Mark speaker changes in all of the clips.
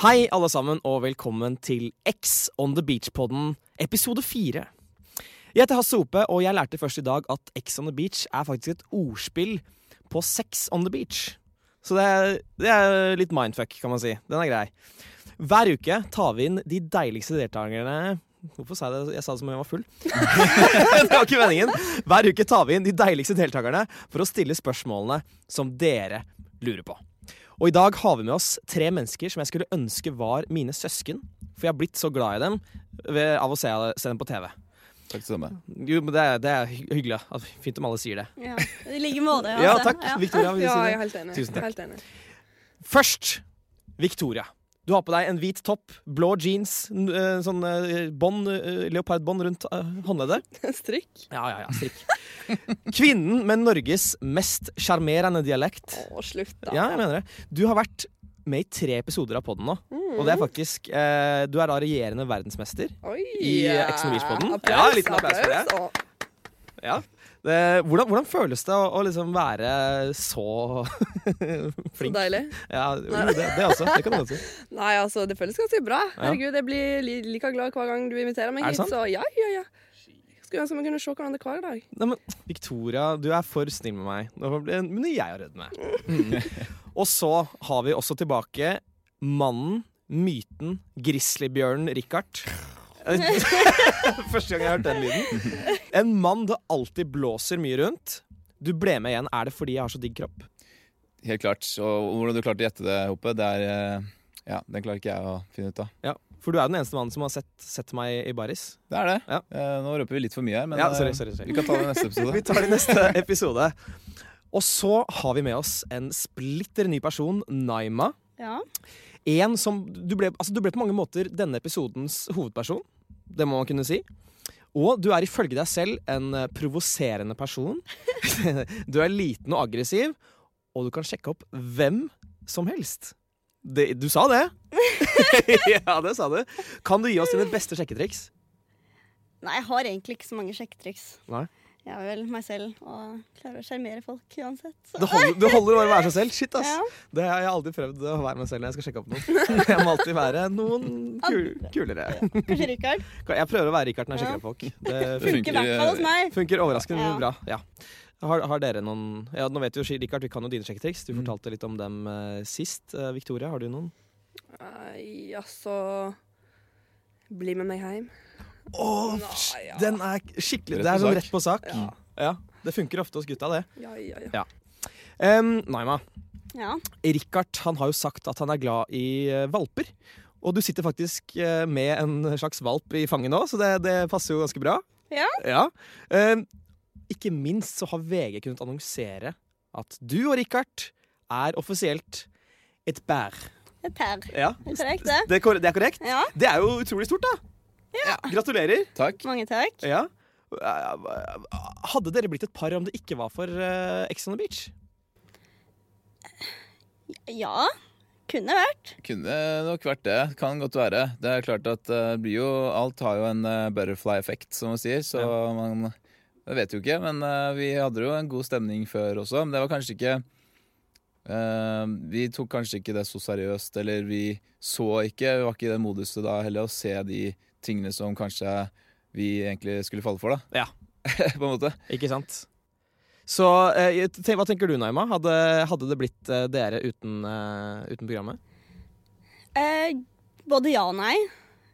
Speaker 1: Hei, alle sammen, og velkommen til X on the Beach-podden, episode fire. Jeg heter Hasse Ope, og jeg lærte først i dag at X on the Beach er faktisk et ordspill på Sex on the Beach. Så det er, det er litt mindfuck, kan man si. Den er grei. Hver uke tar vi inn de deiligste deltakerne Hvorfor sa jeg det? Jeg sa det som om jeg var full. det var ikke meningen. Hver uke tar vi inn de deiligste deltakerne for å stille spørsmålene som dere lurer på. Og i dag har vi med oss tre mennesker som jeg skulle ønske var mine søsken. For jeg har blitt så glad i dem ved, av å se, se dem på TV.
Speaker 2: Takk det samme.
Speaker 1: Jo, men Det er, det er hy- hyggelig. ja. Fint om alle sier det.
Speaker 3: Ja, I like måte.
Speaker 1: Ja,
Speaker 3: altså.
Speaker 1: takk. Victoria, vil du
Speaker 4: Ja,
Speaker 1: si
Speaker 4: jeg er
Speaker 1: det?
Speaker 4: helt enig.
Speaker 1: Tusen takk.
Speaker 4: Helt enig.
Speaker 1: Først, Victoria. Du har på deg en hvit topp, blå jeans, n- eh, sånn eh, bånd, eh, leopardbånd rundt eh, håndleddet.
Speaker 4: Strikk.
Speaker 1: Ja, ja, ja, strikk. Kvinnen med Norges mest sjarmerende dialekt.
Speaker 4: Å, slutt, da.
Speaker 1: Ja, jeg mener det. Du har vært med i tre episoder av podden nå. Og det er faktisk eh, Du er da regjerende verdensmester.
Speaker 4: Oi!
Speaker 1: i, eh, Ex on the Beach-podden.
Speaker 4: Applaus,
Speaker 1: Ja, liten applaus for det.
Speaker 4: applaus. Å,
Speaker 1: Ja. Det, hvordan, hvordan føles det å, å liksom være så
Speaker 4: Så
Speaker 1: flink?
Speaker 4: deilig.
Speaker 1: Ja, jo, det, det også. Det kan du godt si.
Speaker 4: Nei, altså, det føles ganske bra. Herregud, jeg blir li like glad hver gang du inviterer meg
Speaker 1: Er det
Speaker 4: hit,
Speaker 1: sant?
Speaker 4: så ja, ja, ja. Skulle ønske vi kunne se hverandre hver dag.
Speaker 1: Nei, men Victoria, du er for snill med meg. Nå ble, men jeg er redd med. Og så har vi også tilbake mannen, myten, grizzlybjørnen Richard. Første gang jeg har hørt den lyden. En mann det alltid blåser mye rundt. Du ble med igjen. Er det fordi jeg har så digg kropp?
Speaker 2: Helt klart. Og hvordan du klarte å gjette det, Hoppe, det er eh, Ja, den klarer ikke jeg å finne ut av.
Speaker 1: Ja, For du er jo den eneste mannen som har sett, sett meg i baris.
Speaker 2: Det er det.
Speaker 1: Ja.
Speaker 2: Eh, Nå røper vi litt for mye her, men
Speaker 1: Ja, sorry,
Speaker 2: eh,
Speaker 1: sorry, sorry.
Speaker 2: vi kan ta det i neste episode.
Speaker 1: Vi tar det i neste episode. Og så har vi med oss en splitter ny person, Naima.
Speaker 3: Ja.
Speaker 1: en som du ble, altså du ble på mange måter denne episodens hovedperson. Det må man kunne si. Og du er ifølge deg selv en eh, provoserende person. Du er liten og aggressiv, og du kan sjekke opp hvem som helst. Det, du sa det! ja, det sa du. Kan du gi oss dine beste sjekketriks?
Speaker 3: Nei, jeg har egentlig ikke så mange sjekketriks.
Speaker 1: Nei.
Speaker 3: Jeg er vel meg selv og klarer å sjarmere folk uansett. Så.
Speaker 1: Det holder, det holder bare å være seg selv. Shit, ass.
Speaker 3: Ja.
Speaker 1: Det har jeg aldri prøvd å være meg selv når jeg skal sjekke opp noen. Jeg må alltid være noen kul, kulere.
Speaker 3: Kanskje Rikard.
Speaker 1: Jeg prøver å være Richard når jeg sjekker opp folk. Det
Speaker 2: Det
Speaker 3: Ikke i hvert fall hos
Speaker 2: eh,
Speaker 3: meg.
Speaker 1: Funker overraskende
Speaker 3: Ja.
Speaker 1: bra. Ja. Har, har dere noen ja, Nå vet jo Richard, vi kan jo dine sjekketriks.
Speaker 2: Mm.
Speaker 1: Du fortalte litt om dem eh, sist. Eh, Victoria, har du noen?
Speaker 4: Nei, altså Bli med meg hjem.
Speaker 1: Åh,
Speaker 4: Nei,
Speaker 1: sh-
Speaker 4: ja.
Speaker 1: Den er skikkelig
Speaker 2: Rett
Speaker 1: Det
Speaker 2: på
Speaker 1: er sånn
Speaker 2: sak.
Speaker 1: rett på sak. Ja.
Speaker 4: Ja.
Speaker 1: Det funker ofte hos gutta, det.
Speaker 4: Ja, ja, ja.
Speaker 1: Em, Naima,
Speaker 3: Ja.
Speaker 1: Richard han har jo sagt at han er glad i eh, valper. Og du sitter faktisk eh, med en slags valp i fanget nå, så det, det passer jo ganske bra.
Speaker 3: Ja.
Speaker 1: Em, ikke minst så har VG kunnet annonsere at du og Richard er offisielt et bær.
Speaker 3: Et pær.
Speaker 1: Ja.
Speaker 3: Det er korrekt, det.
Speaker 1: Det er, kor det er korrekt.
Speaker 3: Ja.
Speaker 1: Det er jo utrolig stort, da. Ja. Gratulerer.
Speaker 2: Takk.
Speaker 3: Mange takk.
Speaker 1: Ja. Eh, Hadde dere blitt et par om det ikke var for eh, Ex on the Beach?
Speaker 3: Ja. Kunne vært.
Speaker 2: Kunne nok vært det. Kan godt være. Det er klart at eh, det blir jo Alt har jo en eh, butterfly-effekt, som man sier, så man Jeg vet jo ikke, men eh, vi hadde jo en god stemning før også, men det var kanskje ikke eh, vi tok kanskje ikke det så seriøst, eller vi så ikke Vi var ikke i det moduset da heller å se de tingene som kanskje vi egentlig skulle falle for, da.
Speaker 1: Ja.
Speaker 2: På en måte.
Speaker 1: Ikke sant? Så eh, te- hva tenker du, Naima? Hadde, hadde det blitt eh, dere uten, eh, uten programmet?
Speaker 3: Eh, både ja og nei.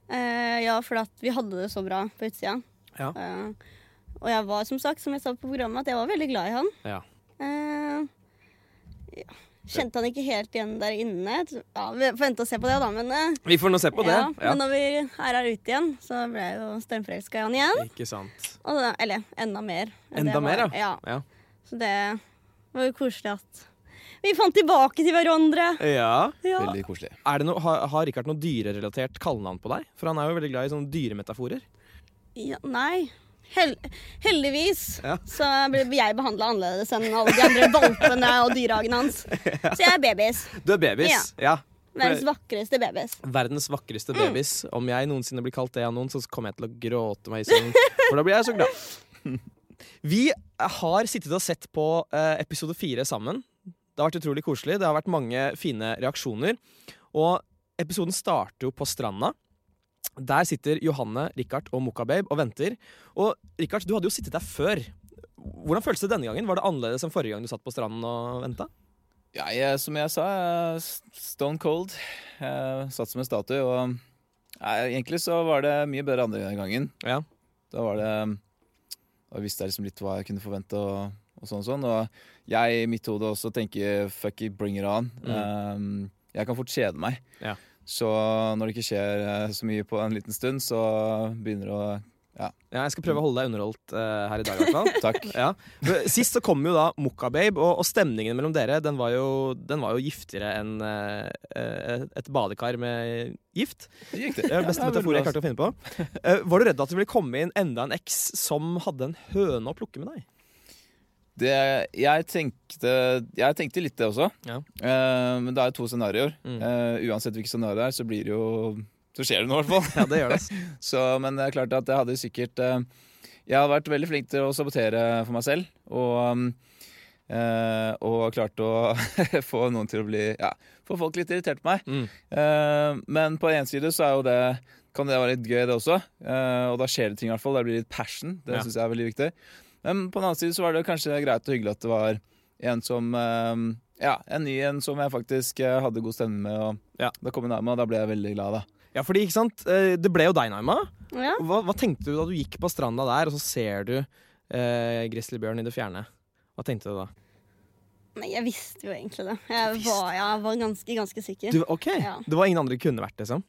Speaker 3: Eh, ja, for at vi hadde det så bra på utsida.
Speaker 1: Ja.
Speaker 3: Eh, og jeg var, som sagt, som jeg sa på programmet, at jeg var veldig glad i han.
Speaker 1: Ja.
Speaker 3: Eh, ja. Kjente han ikke helt igjen der inne. Ja, vi får vente og se på det, da, men eh,
Speaker 1: Vi får nå se på det.
Speaker 3: Ja, Men når vi er her ute igjen, så ble jeg jo stormforelska i han igjen.
Speaker 1: Ikke sant.
Speaker 3: Og da, eller enda mer. enn
Speaker 1: Enda
Speaker 3: det
Speaker 1: mer,
Speaker 3: var.
Speaker 1: ja.
Speaker 3: ja.
Speaker 1: Ja.
Speaker 3: Så det var jo koselig at vi fant tilbake til hverandre.
Speaker 1: ja.
Speaker 3: Ja.
Speaker 2: Veldig koselig.
Speaker 1: Er det noe- har, har Richard noe dyrerelatert kallenavn på deg? For han er jo veldig glad i sånne dyremetaforer.
Speaker 3: ja nei. Hel heldigvis
Speaker 1: Ja.
Speaker 3: så ble jeg behandla annerledes enn alle de andre valpene og dyrehagene hans. Så jeg er babys.
Speaker 1: Du er babys. Ja.
Speaker 3: Verdens vakreste babys.
Speaker 1: Verdens vakreste babys. Om jeg noensinne blir kalt det av noen, så kommer jeg til å gråte meg i søvn. For da blir jeg så glad. Vi har sittet og sett på eh, episode fire sammen. Det har vært utrolig koselig. Det har vært mange fine reaksjoner. Og episoden starter jo på stranda. Der sitter Johanne, Richard og Mokababe og venter. Og Richard, du hadde jo sittet der før. Hvordan føltes det denne gangen? Var det annerledes enn forrige gang du satt på stranden og venta?
Speaker 2: Ja, jeg, eh, som jeg sa, jeg er s- stone cold. Jeg satt som en statue. Og nei, egentlig så var det mye bedre andre gangen.
Speaker 1: Ja.
Speaker 2: Da var det Da visste jeg liksom litt hva jeg kunne forvente. og og sånn og sånn, og jeg i mitt hode også tenker fuck it, bring it on. Um, jeg kan fort kjede meg.
Speaker 1: Mm. Ja.
Speaker 2: Så når det ikke skjer eh, så mye på en liten stund, så begynner det å
Speaker 1: Ja, jeg skal prøve å holde deg underholdt eh, her i dag, i hvert fall.
Speaker 2: Takk.
Speaker 1: Ja. For Sist så kom jo da Mokababe, og, og stemningen mellom dere den var jo, den var jo giftigere enn eh, eh, et badekar med gift.
Speaker 2: Det gikk, det.
Speaker 1: Det er den beste
Speaker 2: Ja, det er
Speaker 1: metafor jeg
Speaker 2: veldig
Speaker 1: klarte å finne på. Eh, var du redd at det ville komme inn enda en eks som hadde en høne å plukke med deg?
Speaker 2: Det, jeg, tenkte, jeg tenkte litt det også.
Speaker 1: Ja.
Speaker 2: Eh, men det er jo to scenarioer.
Speaker 1: Mm.
Speaker 2: Eh, uansett hvilket scenario det er, så blir det jo Så skjer det noe, i hvert fall.
Speaker 1: Ja, det gjør det. ass.
Speaker 2: Så, men det er klart at jeg hadde sikkert eh, Jeg har vært veldig flink til å sabotere for meg selv. Og, um, eh, og klart å få noen til å bli Ja, få folk litt irritert på meg.
Speaker 1: Mm.
Speaker 2: Eh, men på en side så er jo det kan det være litt gøy, det også. Eh, og da skjer det ting, i hvert fall. Det blir litt passion. Det
Speaker 1: Ja.
Speaker 2: synes jeg er veldig viktig. Men på den annen side så var det kanskje greit og hyggelig at det var en som eh, Ja, en ny en som jeg faktisk eh, hadde god stemme med. Og
Speaker 1: Ja.
Speaker 2: Da kom hun nærme, og da ble jeg veldig glad, da.
Speaker 1: Ja, fordi, ikke sant, eh, det ble jo deg, Naima.
Speaker 3: Ja.
Speaker 1: Hva, hva tenkte du da du gikk på stranda der, og så ser du eh, grizzlybjørn i det fjerne? Hva tenkte du da?
Speaker 3: Nei, jeg visste jo egentlig det. Jeg var, jeg var ganske, ganske sikker.
Speaker 1: Du, ok,
Speaker 3: Ja.
Speaker 1: Det var ingen andre det kunne vært, liksom?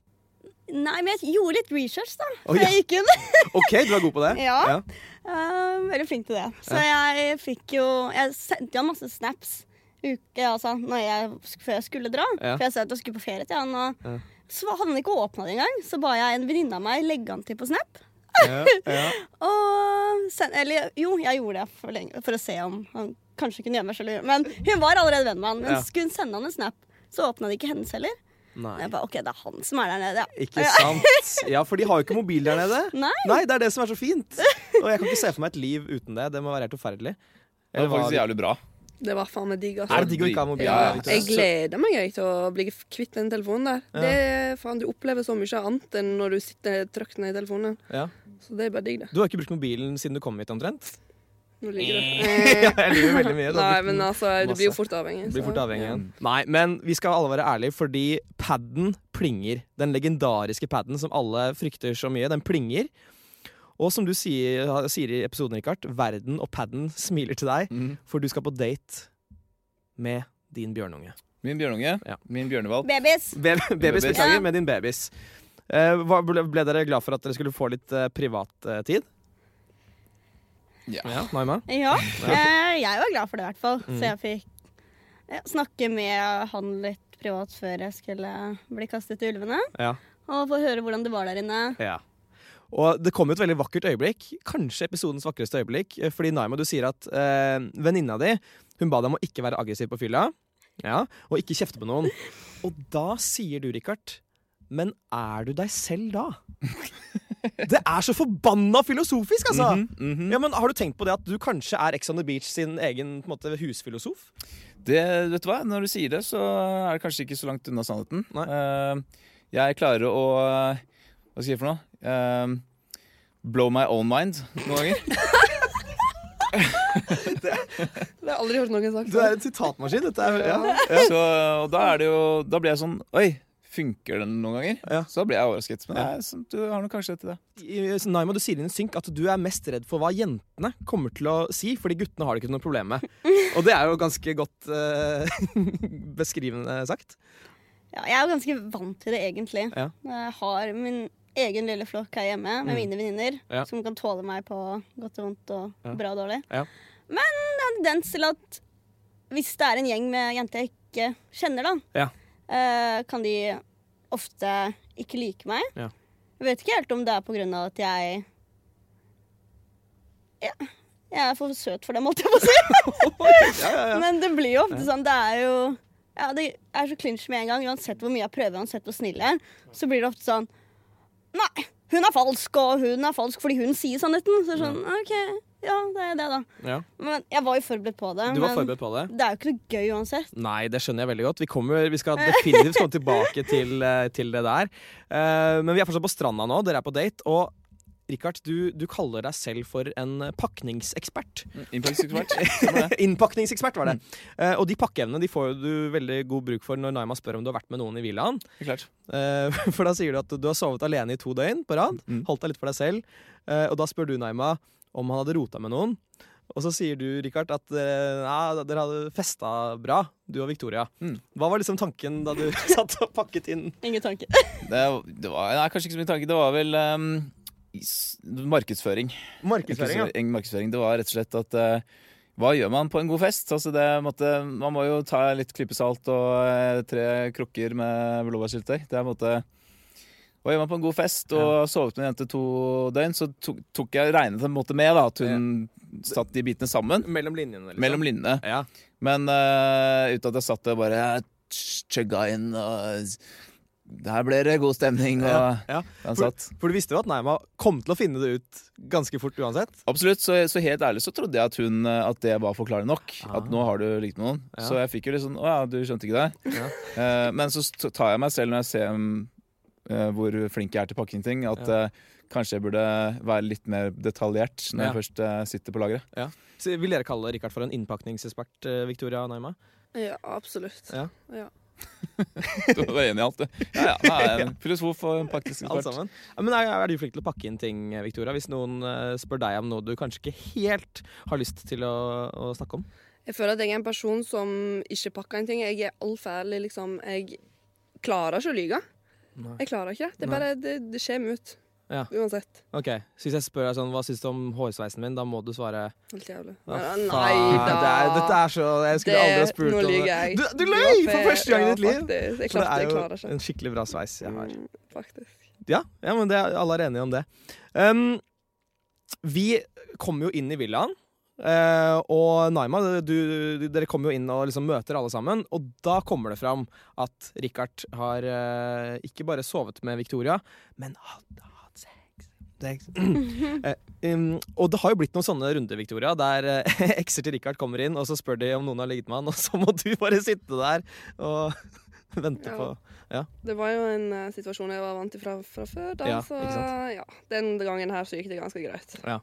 Speaker 3: Nei, men jeg gjorde litt research, da.
Speaker 1: Å,
Speaker 3: Så
Speaker 1: ja.
Speaker 3: jeg gikk inn.
Speaker 1: OK, du er god på det?
Speaker 3: Ja. Eh, veldig flink til det. Så jeg fikk jo Jeg sendte han masse snaps uke, altså, når jeg, før jeg skulle dra.
Speaker 1: Ja.
Speaker 3: For jeg sa at jeg skulle på ferie til han. Og
Speaker 1: Ja.
Speaker 3: så hadde han ikke åpna det engang. Så ba jeg en venninne av meg legge han til på Snap.
Speaker 1: Ja, ja.
Speaker 3: Og sen, eller jo, jeg gjorde det for, lenge, for å se om han kanskje kunne gjøre meg selv. Men hun var allerede venn med han. Men
Speaker 1: Ja.
Speaker 3: skulle hun sende han en Snap, så åpna det ikke hennes heller. Og
Speaker 1: Nei.
Speaker 3: jeg ba, ok, det er han som er der nede. Ja.
Speaker 1: Ikke sant? Ja, for de har jo ikke mobil der nede.
Speaker 3: Nei.
Speaker 1: det er det som er så fint. Og jeg kan ikke se for meg et liv uten det. Det må være helt forferdelig.
Speaker 2: Det var faktisk
Speaker 1: hva-
Speaker 2: jævlig bra.
Speaker 4: Det var faen meg digg,
Speaker 1: er
Speaker 4: altså.
Speaker 1: det digg å ikke ha mobil?
Speaker 2: Ja,
Speaker 1: der ute?
Speaker 4: Jeg gleder meg jeg, til å bli kvitt den telefonen der. Det, faen, du opplever så mye annet enn når du sitter trøkt ned i telefonen.
Speaker 1: Ja.
Speaker 4: Så det er bare digg, det.
Speaker 1: Du har ikke brukt mobilen siden du kom hit, omtrent?
Speaker 4: Nå ligger det. Eh,
Speaker 1: Ja, jeg lyver veldig Eh. mye. Du har
Speaker 4: Nei,
Speaker 1: brukt
Speaker 4: men
Speaker 1: den.
Speaker 4: altså, du blir jo
Speaker 1: masse.
Speaker 4: fort avhengig.
Speaker 1: Blir
Speaker 4: så-
Speaker 1: fort avhengig igjen. Nei, men vi skal alle være ærlige, fordi padden plinger. Den legendariske padden som alle frykter så mye, den plinger. Og som du sier, sier i episoden, Richard, verden og padden smiler til deg,
Speaker 2: Mhm.
Speaker 1: for du skal på date med din bjørnunge.
Speaker 2: Min bjørnunge.
Speaker 1: Ja.
Speaker 2: Min bjørnevalp.
Speaker 3: Babies.
Speaker 1: Be babys,
Speaker 2: Babys.
Speaker 1: beklager,
Speaker 3: Ja.
Speaker 1: med din babys. Eh, hva, ble, ble dere glad for at dere skulle få litt eh, privattid?
Speaker 2: Ja.
Speaker 1: Altså- Naima?
Speaker 3: Ja, eh, jeg var glad for det i hvert fall. Så jeg fikk ja, snakke med han litt privat før jeg skulle bli kastet til ulvene.
Speaker 1: Ja.
Speaker 3: Og få høre hvordan det var der inne.
Speaker 1: ja. Og det kom jo et veldig vakkert øyeblikk. Kanskje episodens vakreste øyeblikk. eh, Fordi Naima, du sier at eh, venninna di hun ba deg om å ikke være aggressiv på fylla. Ja, og ikke kjefte på noen. Og da sier du, Richard, men er du deg selv da? Det er så forbanna filosofisk, altså!
Speaker 2: Mhm.
Speaker 1: Ja, men Har du tenkt på det at du kanskje er Ex on the Beach sin egen på en måte, husfilosof?
Speaker 2: Det, vet du hva? Når du sier det, så er det kanskje ikke så langt unna sannheten.
Speaker 1: Nei.
Speaker 2: Eh, jeg klarer å eh, Hva skal jeg si for noe? Eh, blow my own mind noen ganger.
Speaker 4: Det har jeg aldri hørt noen sagt.
Speaker 1: Du er en sitatmaskin. Dette er, ja.
Speaker 2: så, og da, er det jo, da blir jeg sånn Oi, funker den noen ganger?
Speaker 1: Ja.
Speaker 2: Så da blir jeg overrasket. Men nei, så, du har nok kanskje rett i det.
Speaker 1: I- så Naima, du sier i en synk at du er mest redd for hva jentene kommer til å si, fordi guttene har det ikke noe problem med. Og det er jo ganske godt eh, beskrivende sagt.
Speaker 3: Ja, jeg er jo ganske vant til det, egentlig.
Speaker 1: Ja. Mm.
Speaker 3: Jeg har min egen lille flokk her hjemme med mine venninner
Speaker 1: Ja.
Speaker 3: som kan tåle meg på godt og vondt og
Speaker 1: Ja.
Speaker 3: bra og dårlig.
Speaker 1: Ja.
Speaker 3: Men jeg har en tendens til at hvis det er en gjeng med jenter jeg ikke kjenner, da,
Speaker 1: Ja.
Speaker 3: eh, kan de ofte ikke like meg.
Speaker 1: Ja.
Speaker 3: Jeg vet ikke helt om det er på grunn av at jeg ja, jeg er for søt for dem, holdt jeg på å si.
Speaker 1: Ja, ja, ja.
Speaker 3: Men det blir jo ofte sånn. Det er jo ja, Det er så clinch med en gang. Uansett hvor mye jeg prøver, uansett hvor snill jeg er, så blir det ofte sånn Nei, hun er falsk, og hun er falsk fordi hun sier sannheten. Så det er sånn, OK, Ja, det er det, da.
Speaker 1: Ja.
Speaker 3: Men jeg var jo forberedt på det.
Speaker 1: Du var
Speaker 3: men
Speaker 1: forberedt på det?
Speaker 3: Det er jo ikke noe gøy uansett.
Speaker 1: Nei, det skjønner jeg veldig godt. Vi, kommer, vi skal definitivt komme tilbake til, eh, til det der. Eh, Men vi er fortsatt på stranda nå, dere er på date. Og Richard, du, du kaller deg selv for en pakningsekspert.
Speaker 2: Impulsekspert.
Speaker 1: Innpakningsekspert, var det. Eh, Og de pakkeevnene de får jo du veldig god bruk for når Naima spør om du har vært med noen i villaen.
Speaker 2: Klart.
Speaker 1: Eh, For da sier du at du har sovet alene i to døgn på rad.
Speaker 2: Mm.
Speaker 1: Holdt deg litt for deg selv. Eh, Og da spør du Naima om han hadde rota med noen. Og så sier du, Richard, at eh, ja, dere hadde festa bra, du og Victoria.
Speaker 2: Mm.
Speaker 1: Hva var liksom tanken da du satt og pakket inn?
Speaker 3: Ingen tanke.
Speaker 2: Det, det var nei, kanskje ikke så mye tanke. Det var vel ehm, is- markedsføring.
Speaker 1: Markedsføring, ja.
Speaker 2: Markedsføring, markedsføring. Det var rett og slett at eh, hva gjør man på en god fest? Altså det, måtte, man må jo ta litt klypesalt og eh, tre krukker med blåbærsyltetøy. Det er en måte Hva gjør man på en god fest? Og sovet med en jente to døgn, så tok, tok jeg regnet en måte med da, at hun satt de bitene sammen.
Speaker 1: Mellom linjene, liksom.
Speaker 2: Mellom linjene.
Speaker 1: Ja.
Speaker 2: Men eh, uten at jeg satt der bare chugga inn og s- Der ble det god stemning. Og
Speaker 1: Ja, ja.
Speaker 2: han
Speaker 1: For,
Speaker 2: satt.
Speaker 1: for du visste jo at Naima kom til å finne det ut ganske fort uansett.
Speaker 2: Absolutt, så, så helt ærlig så trodde jeg at, hun, eh, at det var forklarende nok.
Speaker 1: Ah.
Speaker 2: At nå har du ligget med noen.
Speaker 1: Ja.
Speaker 2: Så jeg fikk jo litt sånn Å ja, du skjønte ikke det.
Speaker 1: Ja.
Speaker 2: Eh, men så st- tar jeg meg selv når jeg ser mm, eh, hvor flink jeg er til å pakke inn ting, at
Speaker 1: Ja.
Speaker 2: eh, kanskje jeg burde være litt mer detaljert når
Speaker 1: Ja.
Speaker 2: jeg først eh, sitter på lageret.
Speaker 1: Så vil dere kalle Richard for en innpakningsekspert, eh, Victoria og Naima?
Speaker 4: Ja, absolutt.
Speaker 1: Ja.
Speaker 4: Ja.
Speaker 2: Du var enig i alt, du. Ja, ja, nei, jeg er en filosof og en praktisk
Speaker 1: Alt
Speaker 2: ekspert.
Speaker 1: sammen. Ja, men er, er du flink til å pakke inn ting, Victoria? Hvis noen eh, spør deg om noe du kanskje ikke helt har lyst til å, å snakke om?
Speaker 4: Jeg føler at jeg er en person som ikke pakker en ting. Jeg er altfor ærlig, liksom. Jeg klarer ikke å lyge.
Speaker 1: Nei.
Speaker 4: Jeg klarer ikke det. Det, er
Speaker 1: Nei.
Speaker 4: bare, det, det kommer ut.
Speaker 1: Ja.
Speaker 4: Uansett.
Speaker 1: Ok, så Hvis jeg spør deg sånn, hva syns du om hårsveisen min, da må du svare
Speaker 4: Helt jævlig.
Speaker 1: «Å,
Speaker 4: Ja,
Speaker 1: faen,
Speaker 4: Eh, Nei da.
Speaker 1: Det er, dette er så Jeg skulle aldri ha spurt
Speaker 4: Nå
Speaker 1: om
Speaker 4: lyver
Speaker 1: det.
Speaker 4: jeg.
Speaker 1: Du, du
Speaker 4: Det
Speaker 1: løy
Speaker 4: var
Speaker 1: for
Speaker 4: fe-
Speaker 1: første gang i
Speaker 4: ja,
Speaker 1: ditt liv!
Speaker 4: faktisk. Jeg,
Speaker 1: Så det
Speaker 4: klarte, jeg
Speaker 1: er
Speaker 4: klarer
Speaker 1: jo
Speaker 4: ikke.
Speaker 1: en skikkelig bra sveis jeg har.
Speaker 4: Mm, Faktisk.
Speaker 1: Ja, ja men det, er- alle er enige om det. Um, vi kom jo inn i villaen. eh, og Naima, du, du, dere kommer jo inn og liksom møter alle sammen. Og da kommer det fram at Richard har eh, ikke bare sovet med Victoria, men hadde hatt sex. sex. Eh, um, og det har jo blitt noen sånne runder, Victoria, der eh, ekser til Richard kommer inn, og så spør de om noen har ligget med han, og så må du bare sitte der og vente
Speaker 4: Ja.
Speaker 1: på
Speaker 4: Det var jo en eh, situasjon jeg var vant til fra, fra før. Da,
Speaker 1: Ja,
Speaker 4: så
Speaker 1: ikke sant?
Speaker 4: ja, den gangen her så gikk det ganske greit.
Speaker 1: Ja.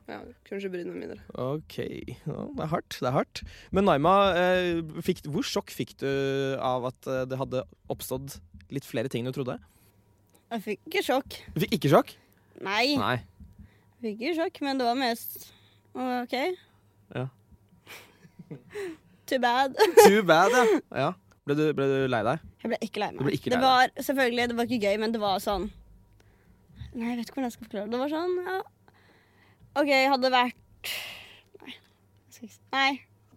Speaker 4: kunne ikke brydd meg mindre.
Speaker 1: Ok, ja, det er hardt, det er hardt. Men Naima, eh, fikk, hvor sjokk fikk du av at eh, det hadde oppstått litt flere ting enn du trodde?
Speaker 3: Jeg fikk ikke sjokk.
Speaker 1: Du fikk ikke sjokk?
Speaker 3: Nei,
Speaker 1: Nei.
Speaker 3: jeg fikk ikke sjokk, men det var mest OK.
Speaker 1: Ja.
Speaker 3: Too bad.
Speaker 1: Too bad, ja. ja. Ble, du, ble du lei deg?
Speaker 3: Jeg ble ikke lei meg.
Speaker 1: Du ble ikke
Speaker 3: det
Speaker 1: lei
Speaker 3: var selvfølgelig, det var ikke gøy, men det var sånn Nei, jeg vet ikke hvordan jeg skal forklare det. Det var sånn, ja OK, hadde det vært Nei. Jeg skal ikke si Nei.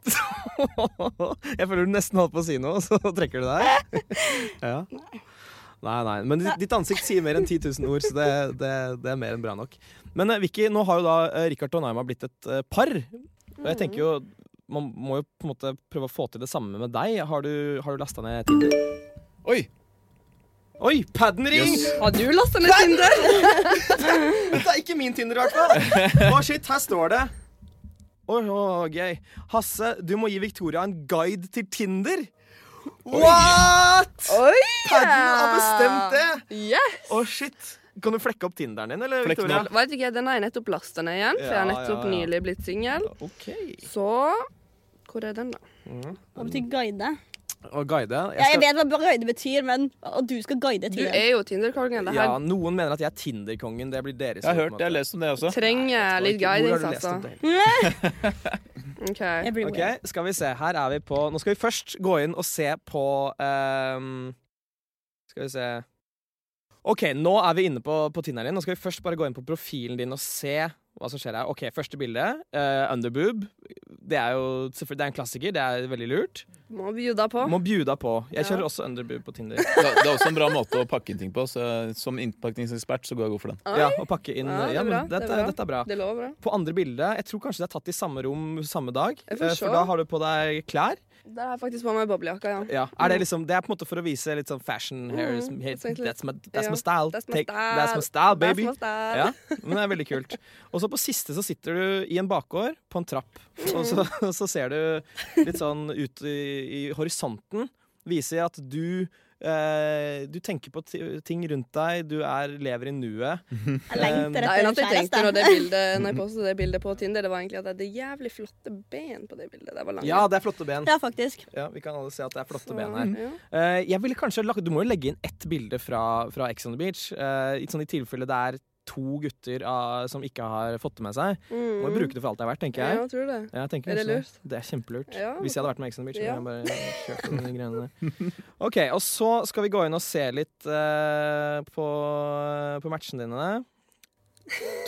Speaker 1: Jeg føler du nesten holdt på å si noe, og så trekker du deg. Ja. Nei, nei. Men ditt- ditt ansikt sier mer enn 10 000 ord, så det, det, det er mer enn bra nok. Men eh, Vicky, nå har jo da eh, Richard og Naima blitt et eh, par. Og jeg tenker jo man må jo på en måte prøve å få til det samme med deg. Har du, har du lasta ned Tinder?
Speaker 2: Oi!
Speaker 1: Oi, paden ring!
Speaker 2: Jøss.
Speaker 4: Har du lasta ned Tinder?
Speaker 1: Dette er ikke min Tinder, i hvert fall. Å, shit, her står det. Å, å, gøy. Hasse, du må gi Victoria en guide til Tinder. What?!
Speaker 4: Oi!
Speaker 1: Padden har bestemt det!
Speaker 4: Yes!
Speaker 1: Å, shit. Kan du flekke opp Tinderen din, eller,
Speaker 2: Flekk den
Speaker 1: Victoria?
Speaker 2: opp.
Speaker 4: Vet ikke, Den har jeg nettopp lasta ned igjen, for jeg har
Speaker 1: Ja, ja,
Speaker 4: nettopp
Speaker 1: ja.
Speaker 4: nylig blitt singel.
Speaker 1: OK.
Speaker 4: Så hvor er den, da?
Speaker 3: Hva
Speaker 1: Mm.
Speaker 3: betyr guide?
Speaker 1: Å guide
Speaker 3: Ja, jeg vet hva guide betyr, men at du skal guide
Speaker 4: Du
Speaker 3: til
Speaker 4: er jo Tinder-kongen. Det
Speaker 1: ja,
Speaker 4: her
Speaker 1: noen mener at jeg er Tinder-kongen. Det blir deres
Speaker 2: Jeg har
Speaker 1: ord, på en
Speaker 2: hørt det, jeg har
Speaker 1: måte.
Speaker 2: lest om det
Speaker 1: altså.
Speaker 2: også.
Speaker 4: trenger litt
Speaker 1: Hvor har du lest
Speaker 4: guidance,
Speaker 1: om
Speaker 4: altså.
Speaker 1: det?
Speaker 4: OK.
Speaker 1: Ok, skal vi se. Her er vi på Nå skal vi først gå inn og se på ehm, Skal vi se OK, nå er vi inne på, på Tinderen din. Nå skal vi først bare gå inn på profilen din og se hva som skjer her. OK, første bilde. eh, underboob. Det er jo selvfølgelig det er en klassiker. Det er veldig lurt.
Speaker 4: Må bjuda på.
Speaker 1: Må bjuda på. Jeg
Speaker 4: Ja.
Speaker 1: kjører også underboob på Tinder.
Speaker 2: Det det er også en bra måte å pakke inn ting på. Så eh, som innpakningsekspert så går jeg god for den.
Speaker 4: Oi,
Speaker 1: Ja, og pakke inn
Speaker 4: Ja, det er
Speaker 1: Ja, men
Speaker 4: bra, det er
Speaker 1: dette,
Speaker 4: bra.
Speaker 1: dette er bra.
Speaker 4: Det lover bra.
Speaker 1: På andre bilde, jeg tror kanskje det er tatt i samme rom samme dag.
Speaker 4: Jeg får
Speaker 1: eh,
Speaker 4: se.
Speaker 1: For da har du på deg klær.
Speaker 4: Der har jeg faktisk på meg boblejakka, ja.
Speaker 1: Ja, er det, liksom, det er på en måte for å vise litt sånn fashion hair is-
Speaker 4: Mm,
Speaker 1: hair-
Speaker 4: tenkte litt.
Speaker 1: That's my, that's
Speaker 4: Ja,
Speaker 1: my style.
Speaker 4: that's my
Speaker 1: Take-
Speaker 4: style.
Speaker 1: That's my style, baby.
Speaker 4: That's my style.
Speaker 1: Ja, men det er veldig kult. Og så på siste så sitter du i en bakgård på en trapp, og så, så ser du litt sånn ut i, i horisonten. Viser at du eh, du tenker på ti- ting rundt deg, du er, lever i nuet.
Speaker 3: Jeg
Speaker 1: um,
Speaker 4: Det
Speaker 3: lengter
Speaker 4: eneste
Speaker 3: etter en
Speaker 4: jeg tenkte når,
Speaker 3: kjæreste.
Speaker 4: det bildet, når jeg postet det bildet på Tinder, det var egentlig at jeg hadde jævlig flotte ben på det bildet. Det var langt.
Speaker 1: Ja, det er flotte ben.
Speaker 3: Ja, faktisk.
Speaker 1: Ja, vi kan alle se at det er flotte
Speaker 4: Så,
Speaker 1: ben her.
Speaker 4: ja.
Speaker 1: Eh, jeg ville kanskje lagt, Du må jo legge inn ett bilde fra, fra Ex on the Beach. eh, i sånn I tilfelle det er to gutter ah, som ikke har fått det med seg.
Speaker 4: Mm.
Speaker 1: Må jo bruke det for alt det er verdt, tenker
Speaker 4: Ja,
Speaker 1: jeg.
Speaker 4: jeg tror det.
Speaker 1: Ja, jeg tenker
Speaker 4: Er det
Speaker 1: også
Speaker 4: lurt?
Speaker 1: Det er kjempelurt.
Speaker 4: Ja.
Speaker 1: Hvis jeg hadde vært med Ex on the Beach,
Speaker 4: Ja.
Speaker 1: ville jeg bare kjørt på de greiene der. OK, og så skal vi gå inn og se litt eh, på, på matchene dine.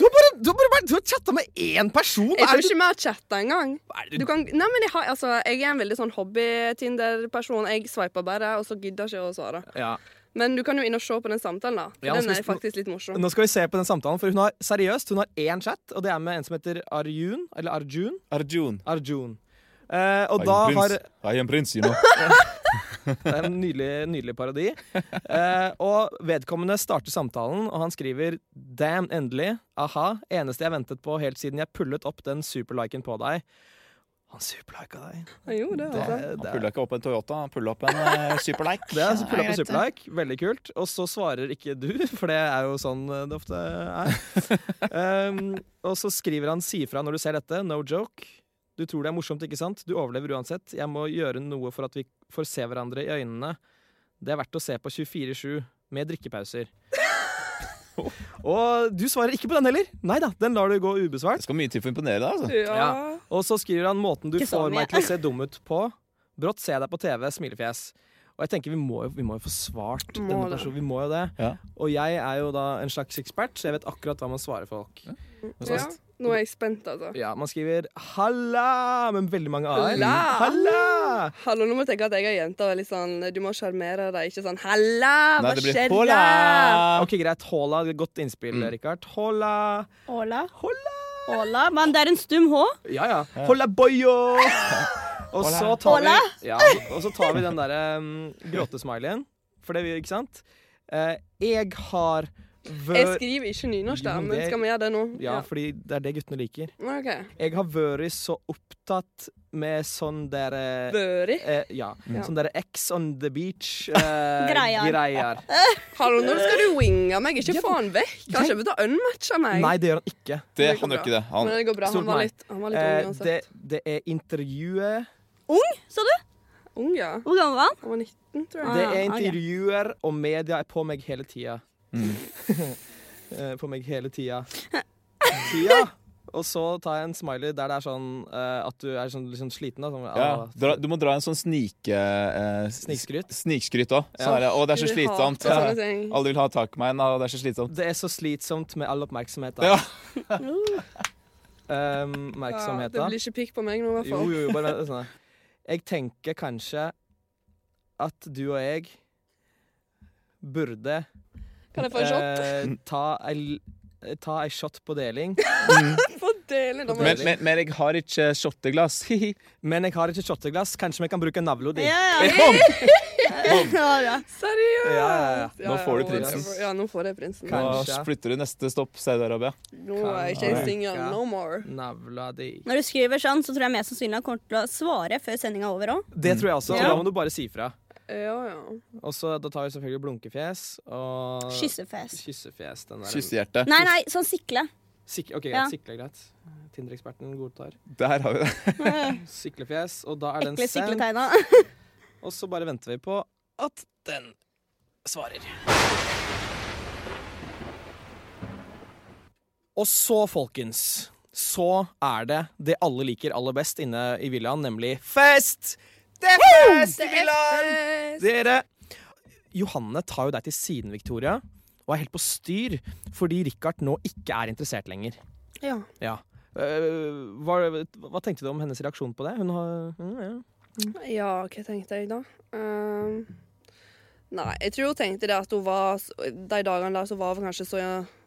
Speaker 1: Du har bare, du har bare vært- du har chatta med én person!
Speaker 4: Jeg
Speaker 1: Er
Speaker 4: tror
Speaker 1: du,
Speaker 4: ikke vi har chatta engang.
Speaker 1: er
Speaker 4: Du
Speaker 1: du,
Speaker 4: kan, nei, men jeg, har, altså, jeg er en veldig sånn hobby-Tinder-person. Jeg sveiper bare, og så gidder jeg ikke å svare.
Speaker 1: ja.
Speaker 4: Men du kan jo inn og se på den samtalen, da. For
Speaker 1: Ja, nå
Speaker 4: den
Speaker 1: skal
Speaker 4: er
Speaker 1: vi-
Speaker 4: faktisk litt morsom.
Speaker 1: Nå skal vi se på den samtalen, for hun har seriøst, hun har én chat, og det er med en som heter Arjun. Eller Arjun.
Speaker 2: Arjun.
Speaker 1: Arjun. Eh, og da har Det
Speaker 2: I am prince, you know.
Speaker 1: er en nydelig, nydelig parodi. Eh, og vedkommende starter samtalen, og han skriver Damn, endelig. Aha. Eneste jeg ventet på helt siden jeg pullet opp den superliken på deg. Han superlika deg.
Speaker 4: Ja, jo, det,
Speaker 1: Det,
Speaker 4: altså.
Speaker 2: Han
Speaker 1: det,
Speaker 2: pulla ikke opp en Toyota, han pulla opp en uh, Superlike.
Speaker 1: det er pull up og superlike. Veldig kult. Og så svarer ikke du, for det er jo sånn det ofte er. Um, og så skriver han 'si fra når du ser dette', no joke. Du tror det er morsomt, ikke sant? Du overlever uansett. Jeg må gjøre noe for at vi får se hverandre i øynene. Det er verdt å se på 24-7 med drikkepauser. Og du svarer ikke på den heller! Nei da, den lar du gå ubesvart.
Speaker 2: Det skal mye til for å imponere deg, altså.
Speaker 4: Ja.
Speaker 1: Ja. Og så skriver han måten du
Speaker 3: Ikke så
Speaker 4: sånn,
Speaker 1: får
Speaker 3: mye.
Speaker 1: meg til å se dum ut på. Brått ser jeg deg på TV, smilefjes. Og jeg tenker vi må jo, vi må jo få svart
Speaker 4: Må
Speaker 1: denne
Speaker 4: det.
Speaker 1: personen. Vi må jo det.
Speaker 2: Ja.
Speaker 1: Og jeg er jo da en slags ekspert, så jeg vet akkurat hva man svarer folk.
Speaker 4: Ja. Nå er jeg spent, altså.
Speaker 1: Ja, Man skriver 'halla', men veldig mange a-er.
Speaker 4: Halla!
Speaker 1: Halla!
Speaker 4: Hallo, nå må jeg tenke at jeg er jenta og er litt sånn Du må sjarmere deg, ikke sånn Halla, hva
Speaker 2: Nei, det blir
Speaker 4: skjer
Speaker 2: hola!
Speaker 4: da?
Speaker 1: Ok, Greit. Håla. Godt innspill, Rikard. Håla.
Speaker 3: Åla.
Speaker 1: Håla!
Speaker 3: Åla. Men det er en stum H.
Speaker 1: Ja, ja. Hola, boyo! Og så tar
Speaker 3: Hola.
Speaker 1: vi, ja, og så tar vi den derre um, gråtesmileyen. For det, vi- ikke sant? Eh, jeg har
Speaker 4: Jeg
Speaker 1: vør...
Speaker 4: skriver ikke nynorsk, da,
Speaker 1: Jo,
Speaker 4: men
Speaker 1: det-
Speaker 4: skal vi gjøre det nå?
Speaker 1: Ja, fordi det er det guttene liker.
Speaker 4: Ja. OK.
Speaker 1: Jeg har vært så opptatt med sånn derre
Speaker 4: Børi.
Speaker 1: eh, Ja.
Speaker 4: Ja.
Speaker 1: Sånn derre X on the beach eh,
Speaker 3: Greier.
Speaker 1: greier.
Speaker 4: Hallo, nå skal du winge meg, ikke
Speaker 1: Ja,
Speaker 4: faen vekk. Kanskje jeg bør unmatche meg.
Speaker 1: Nei, det gjør han ikke.
Speaker 2: Det,
Speaker 4: Det går
Speaker 2: han gjør
Speaker 4: bra.
Speaker 2: ikke det. Han,
Speaker 4: Men det går bra.
Speaker 1: Stort
Speaker 4: Han var
Speaker 1: nei.
Speaker 4: litt, han var litt
Speaker 1: Eh,
Speaker 4: ung uansett.
Speaker 1: det, det er intervjuet
Speaker 3: Ung, sa du?
Speaker 4: Ung, ja.
Speaker 3: Hvor gammel var han?
Speaker 4: Han var 19, tror jeg.
Speaker 1: Det
Speaker 3: Ah,
Speaker 1: er
Speaker 3: ok.
Speaker 1: intervjuer, og media er på meg hele tida.
Speaker 2: Mm.
Speaker 1: Eh, på meg hele tida. Tida! Og så tar jeg en smiley der det er sånn eh, at du er sånn, litt sånn sliten. Da, sånn,
Speaker 2: ja,
Speaker 1: ah,
Speaker 2: dra, du må dra en sånn snike... eh, s-
Speaker 1: Snikskryt.
Speaker 2: Snikskryt òg.
Speaker 1: Ja.
Speaker 2: Å, det er så
Speaker 4: Du hater
Speaker 2: slitsomt.
Speaker 4: sånne
Speaker 2: Ja.
Speaker 4: ting.
Speaker 2: Alle vil ha tak i meg, nei, det er så slitsomt.
Speaker 1: Det er så slitsomt med all oppmerksomheten. Eh,
Speaker 2: Ja.
Speaker 4: Ja, Ah, det
Speaker 1: oppmerksomheten.
Speaker 4: blir ikke pikk på meg nå, i hvert
Speaker 1: Jo,
Speaker 4: fall.
Speaker 1: jo, jo, bare vent sånn. Jeg tenker kanskje at du og jeg burde
Speaker 4: Kan jeg få en shot?
Speaker 1: eh, ta, ei, ta ei shot på deling.
Speaker 4: Få dele, da. må
Speaker 2: Men,
Speaker 4: jeg-
Speaker 2: men, men jeg har ikke eh, shotteglass. Hihi.
Speaker 1: Men jeg har ikke shotteglass. Kanskje vi kan bruke navla di?
Speaker 3: Ja, ja. Det var bra.
Speaker 4: Seriøst!
Speaker 1: Ja, ja, ja.
Speaker 4: Ja,
Speaker 2: Nå får du
Speaker 4: ja,
Speaker 2: prinsen.
Speaker 4: ja, Ja, nå får jeg prinsen.
Speaker 2: Nå
Speaker 1: Kanskje.
Speaker 2: splitter du neste stopp, Saudi-Arabia.
Speaker 4: Nå er ikke jeg singel no more.
Speaker 1: Navla di.
Speaker 3: Når du skriver sånn, så tror jeg mest sannsynlig han kommer til å svare før sendinga er over òg.
Speaker 1: Det tror jeg også.
Speaker 3: Ja.
Speaker 1: Da må du bare si fra.
Speaker 4: Ja, ja.
Speaker 1: Og så da tar vi selvfølgelig blunkefjes og
Speaker 3: Kyssefjes.
Speaker 1: Kyssefjes. Den der.
Speaker 2: Kyssehjerte.
Speaker 3: Nei, nei, sånn sikle.
Speaker 1: Sik ok, greit.
Speaker 3: Ja.
Speaker 1: Sikle er greit. Tinder-eksperten godtar.
Speaker 2: Der har vi det.
Speaker 1: Siklefjes, og da er den
Speaker 3: Ekle
Speaker 1: sendt.
Speaker 3: sikletegna.
Speaker 1: Og så bare venter vi på at den svarer. Og så, folkens, så er det det alle liker aller best inne i villaen, nemlig fest! Det er fest i villaen! Dere Johanne tar jo deg til siden, Victoria, og er helt på styr fordi Richard nå ikke er interessert lenger.
Speaker 4: Ja.
Speaker 1: Ja. Øh, hva, hva tenkte du om hennes reaksjon på det? Hun har mm, ja.
Speaker 4: ja, hva tenkte jeg da? Ehm, nei, jeg tror hun tenkte det at hun var De dagene der så var hun kanskje så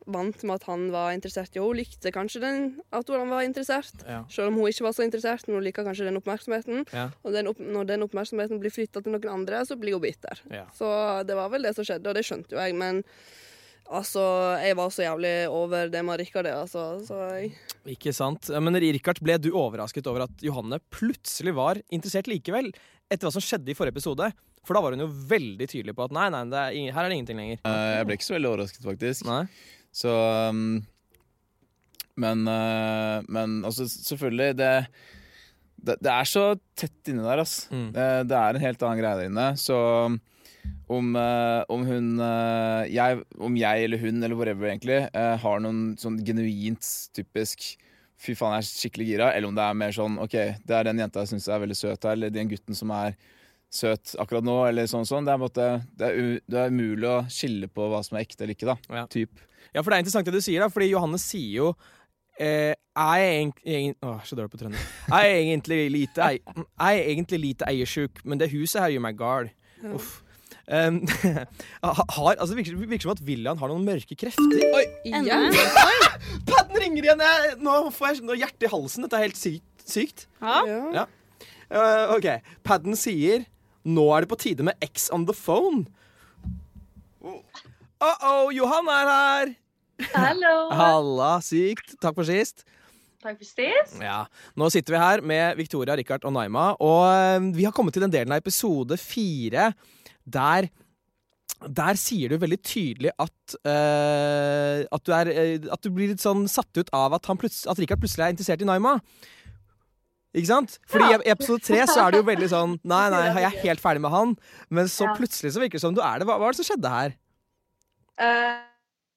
Speaker 4: vant med at han var interessert. Jo, hun likte kanskje den, at han var interessert,
Speaker 1: Ja.
Speaker 4: selv om hun ikke var så interessert, men hun liker kanskje den oppmerksomheten.
Speaker 1: Ja.
Speaker 4: Og den opp, når den oppmerksomheten blir flytta til noen andre, så blir hun bitter.
Speaker 1: Ja.
Speaker 4: Så det var vel det som skjedde, og det skjønte jo jeg, men altså Jeg var så jævlig over det med Rikard, det, altså. Så jeg
Speaker 1: Ikke sant. Men Rikard, ble du overrasket over at Johanne plutselig var interessert likevel? Etter hva som skjedde i forrige episode? For da var hun jo veldig tydelig på at nei, nei, det er, ing- her er det ingenting lenger.
Speaker 2: Eh, jeg ble ikke så veldig overrasket, faktisk.
Speaker 1: Nei.
Speaker 2: Så um, Men, eh, men altså, selvfølgelig det, det Det er så tett inni der, ass.
Speaker 1: Mm.
Speaker 2: Det, det er en helt annen greie der inne. Så om, eh, om hun eh, jeg, Om jeg eller hun eller whatever, egentlig, eh, har noen sånn genuint typisk Fy faen, jeg er skikkelig gira. Eller om det er mer sånn OK, det er den jenta jeg syns er veldig søt her, eller den gutten som er søt akkurat nå, eller sånn sånn. Det er, på en måte, det er, u, det er umulig å skille på hva som er ekte eller ikke, da.
Speaker 1: Ja.
Speaker 2: Typ.
Speaker 1: Ja, for det er interessant det du sier, da, fordi Johanne sier jo eh, Er jeg egentlig egen, Åh, så dårlig på trønder. Er jeg egentlig lite, ei- er jeg egentlig lite eiersjuk, men det huset her gjør meg gal. Uff. Um, ha- har, altså, det virker, det virker som at William har noen mørke krefter. Oi,
Speaker 3: Enda
Speaker 4: igjen?
Speaker 3: en.
Speaker 1: padden ringer igjen! Jeg, nå får jeg nå har hjertet i halsen. Dette er helt sykt. sykt.
Speaker 3: Ja.
Speaker 4: Ja.
Speaker 1: Ja. Eh, OK. Padden sier Nå er det på tide med X on the phone. Uh-oh, Johan er her!
Speaker 5: Hallo!
Speaker 1: Halla, sykt. Takk for sist.
Speaker 5: Takk for sist.
Speaker 1: Ja, Nå sitter vi her med Victoria, Richard og Naima, og eh, vi har kommet til den delen av episode fire der der sier du veldig tydelig at, eh, at, du er, eh, at du blir litt sånn satt ut av at, han pluts- at Richard plutselig er interessert i Naima. Ikke sant? Fordi i episode tre så er det jo veldig sånn Nei, nei, jeg er helt ferdig med han. Men så
Speaker 5: Ja.
Speaker 1: plutselig så virker det som du er det. Hva, hva er det som skjedde her?
Speaker 5: Eh,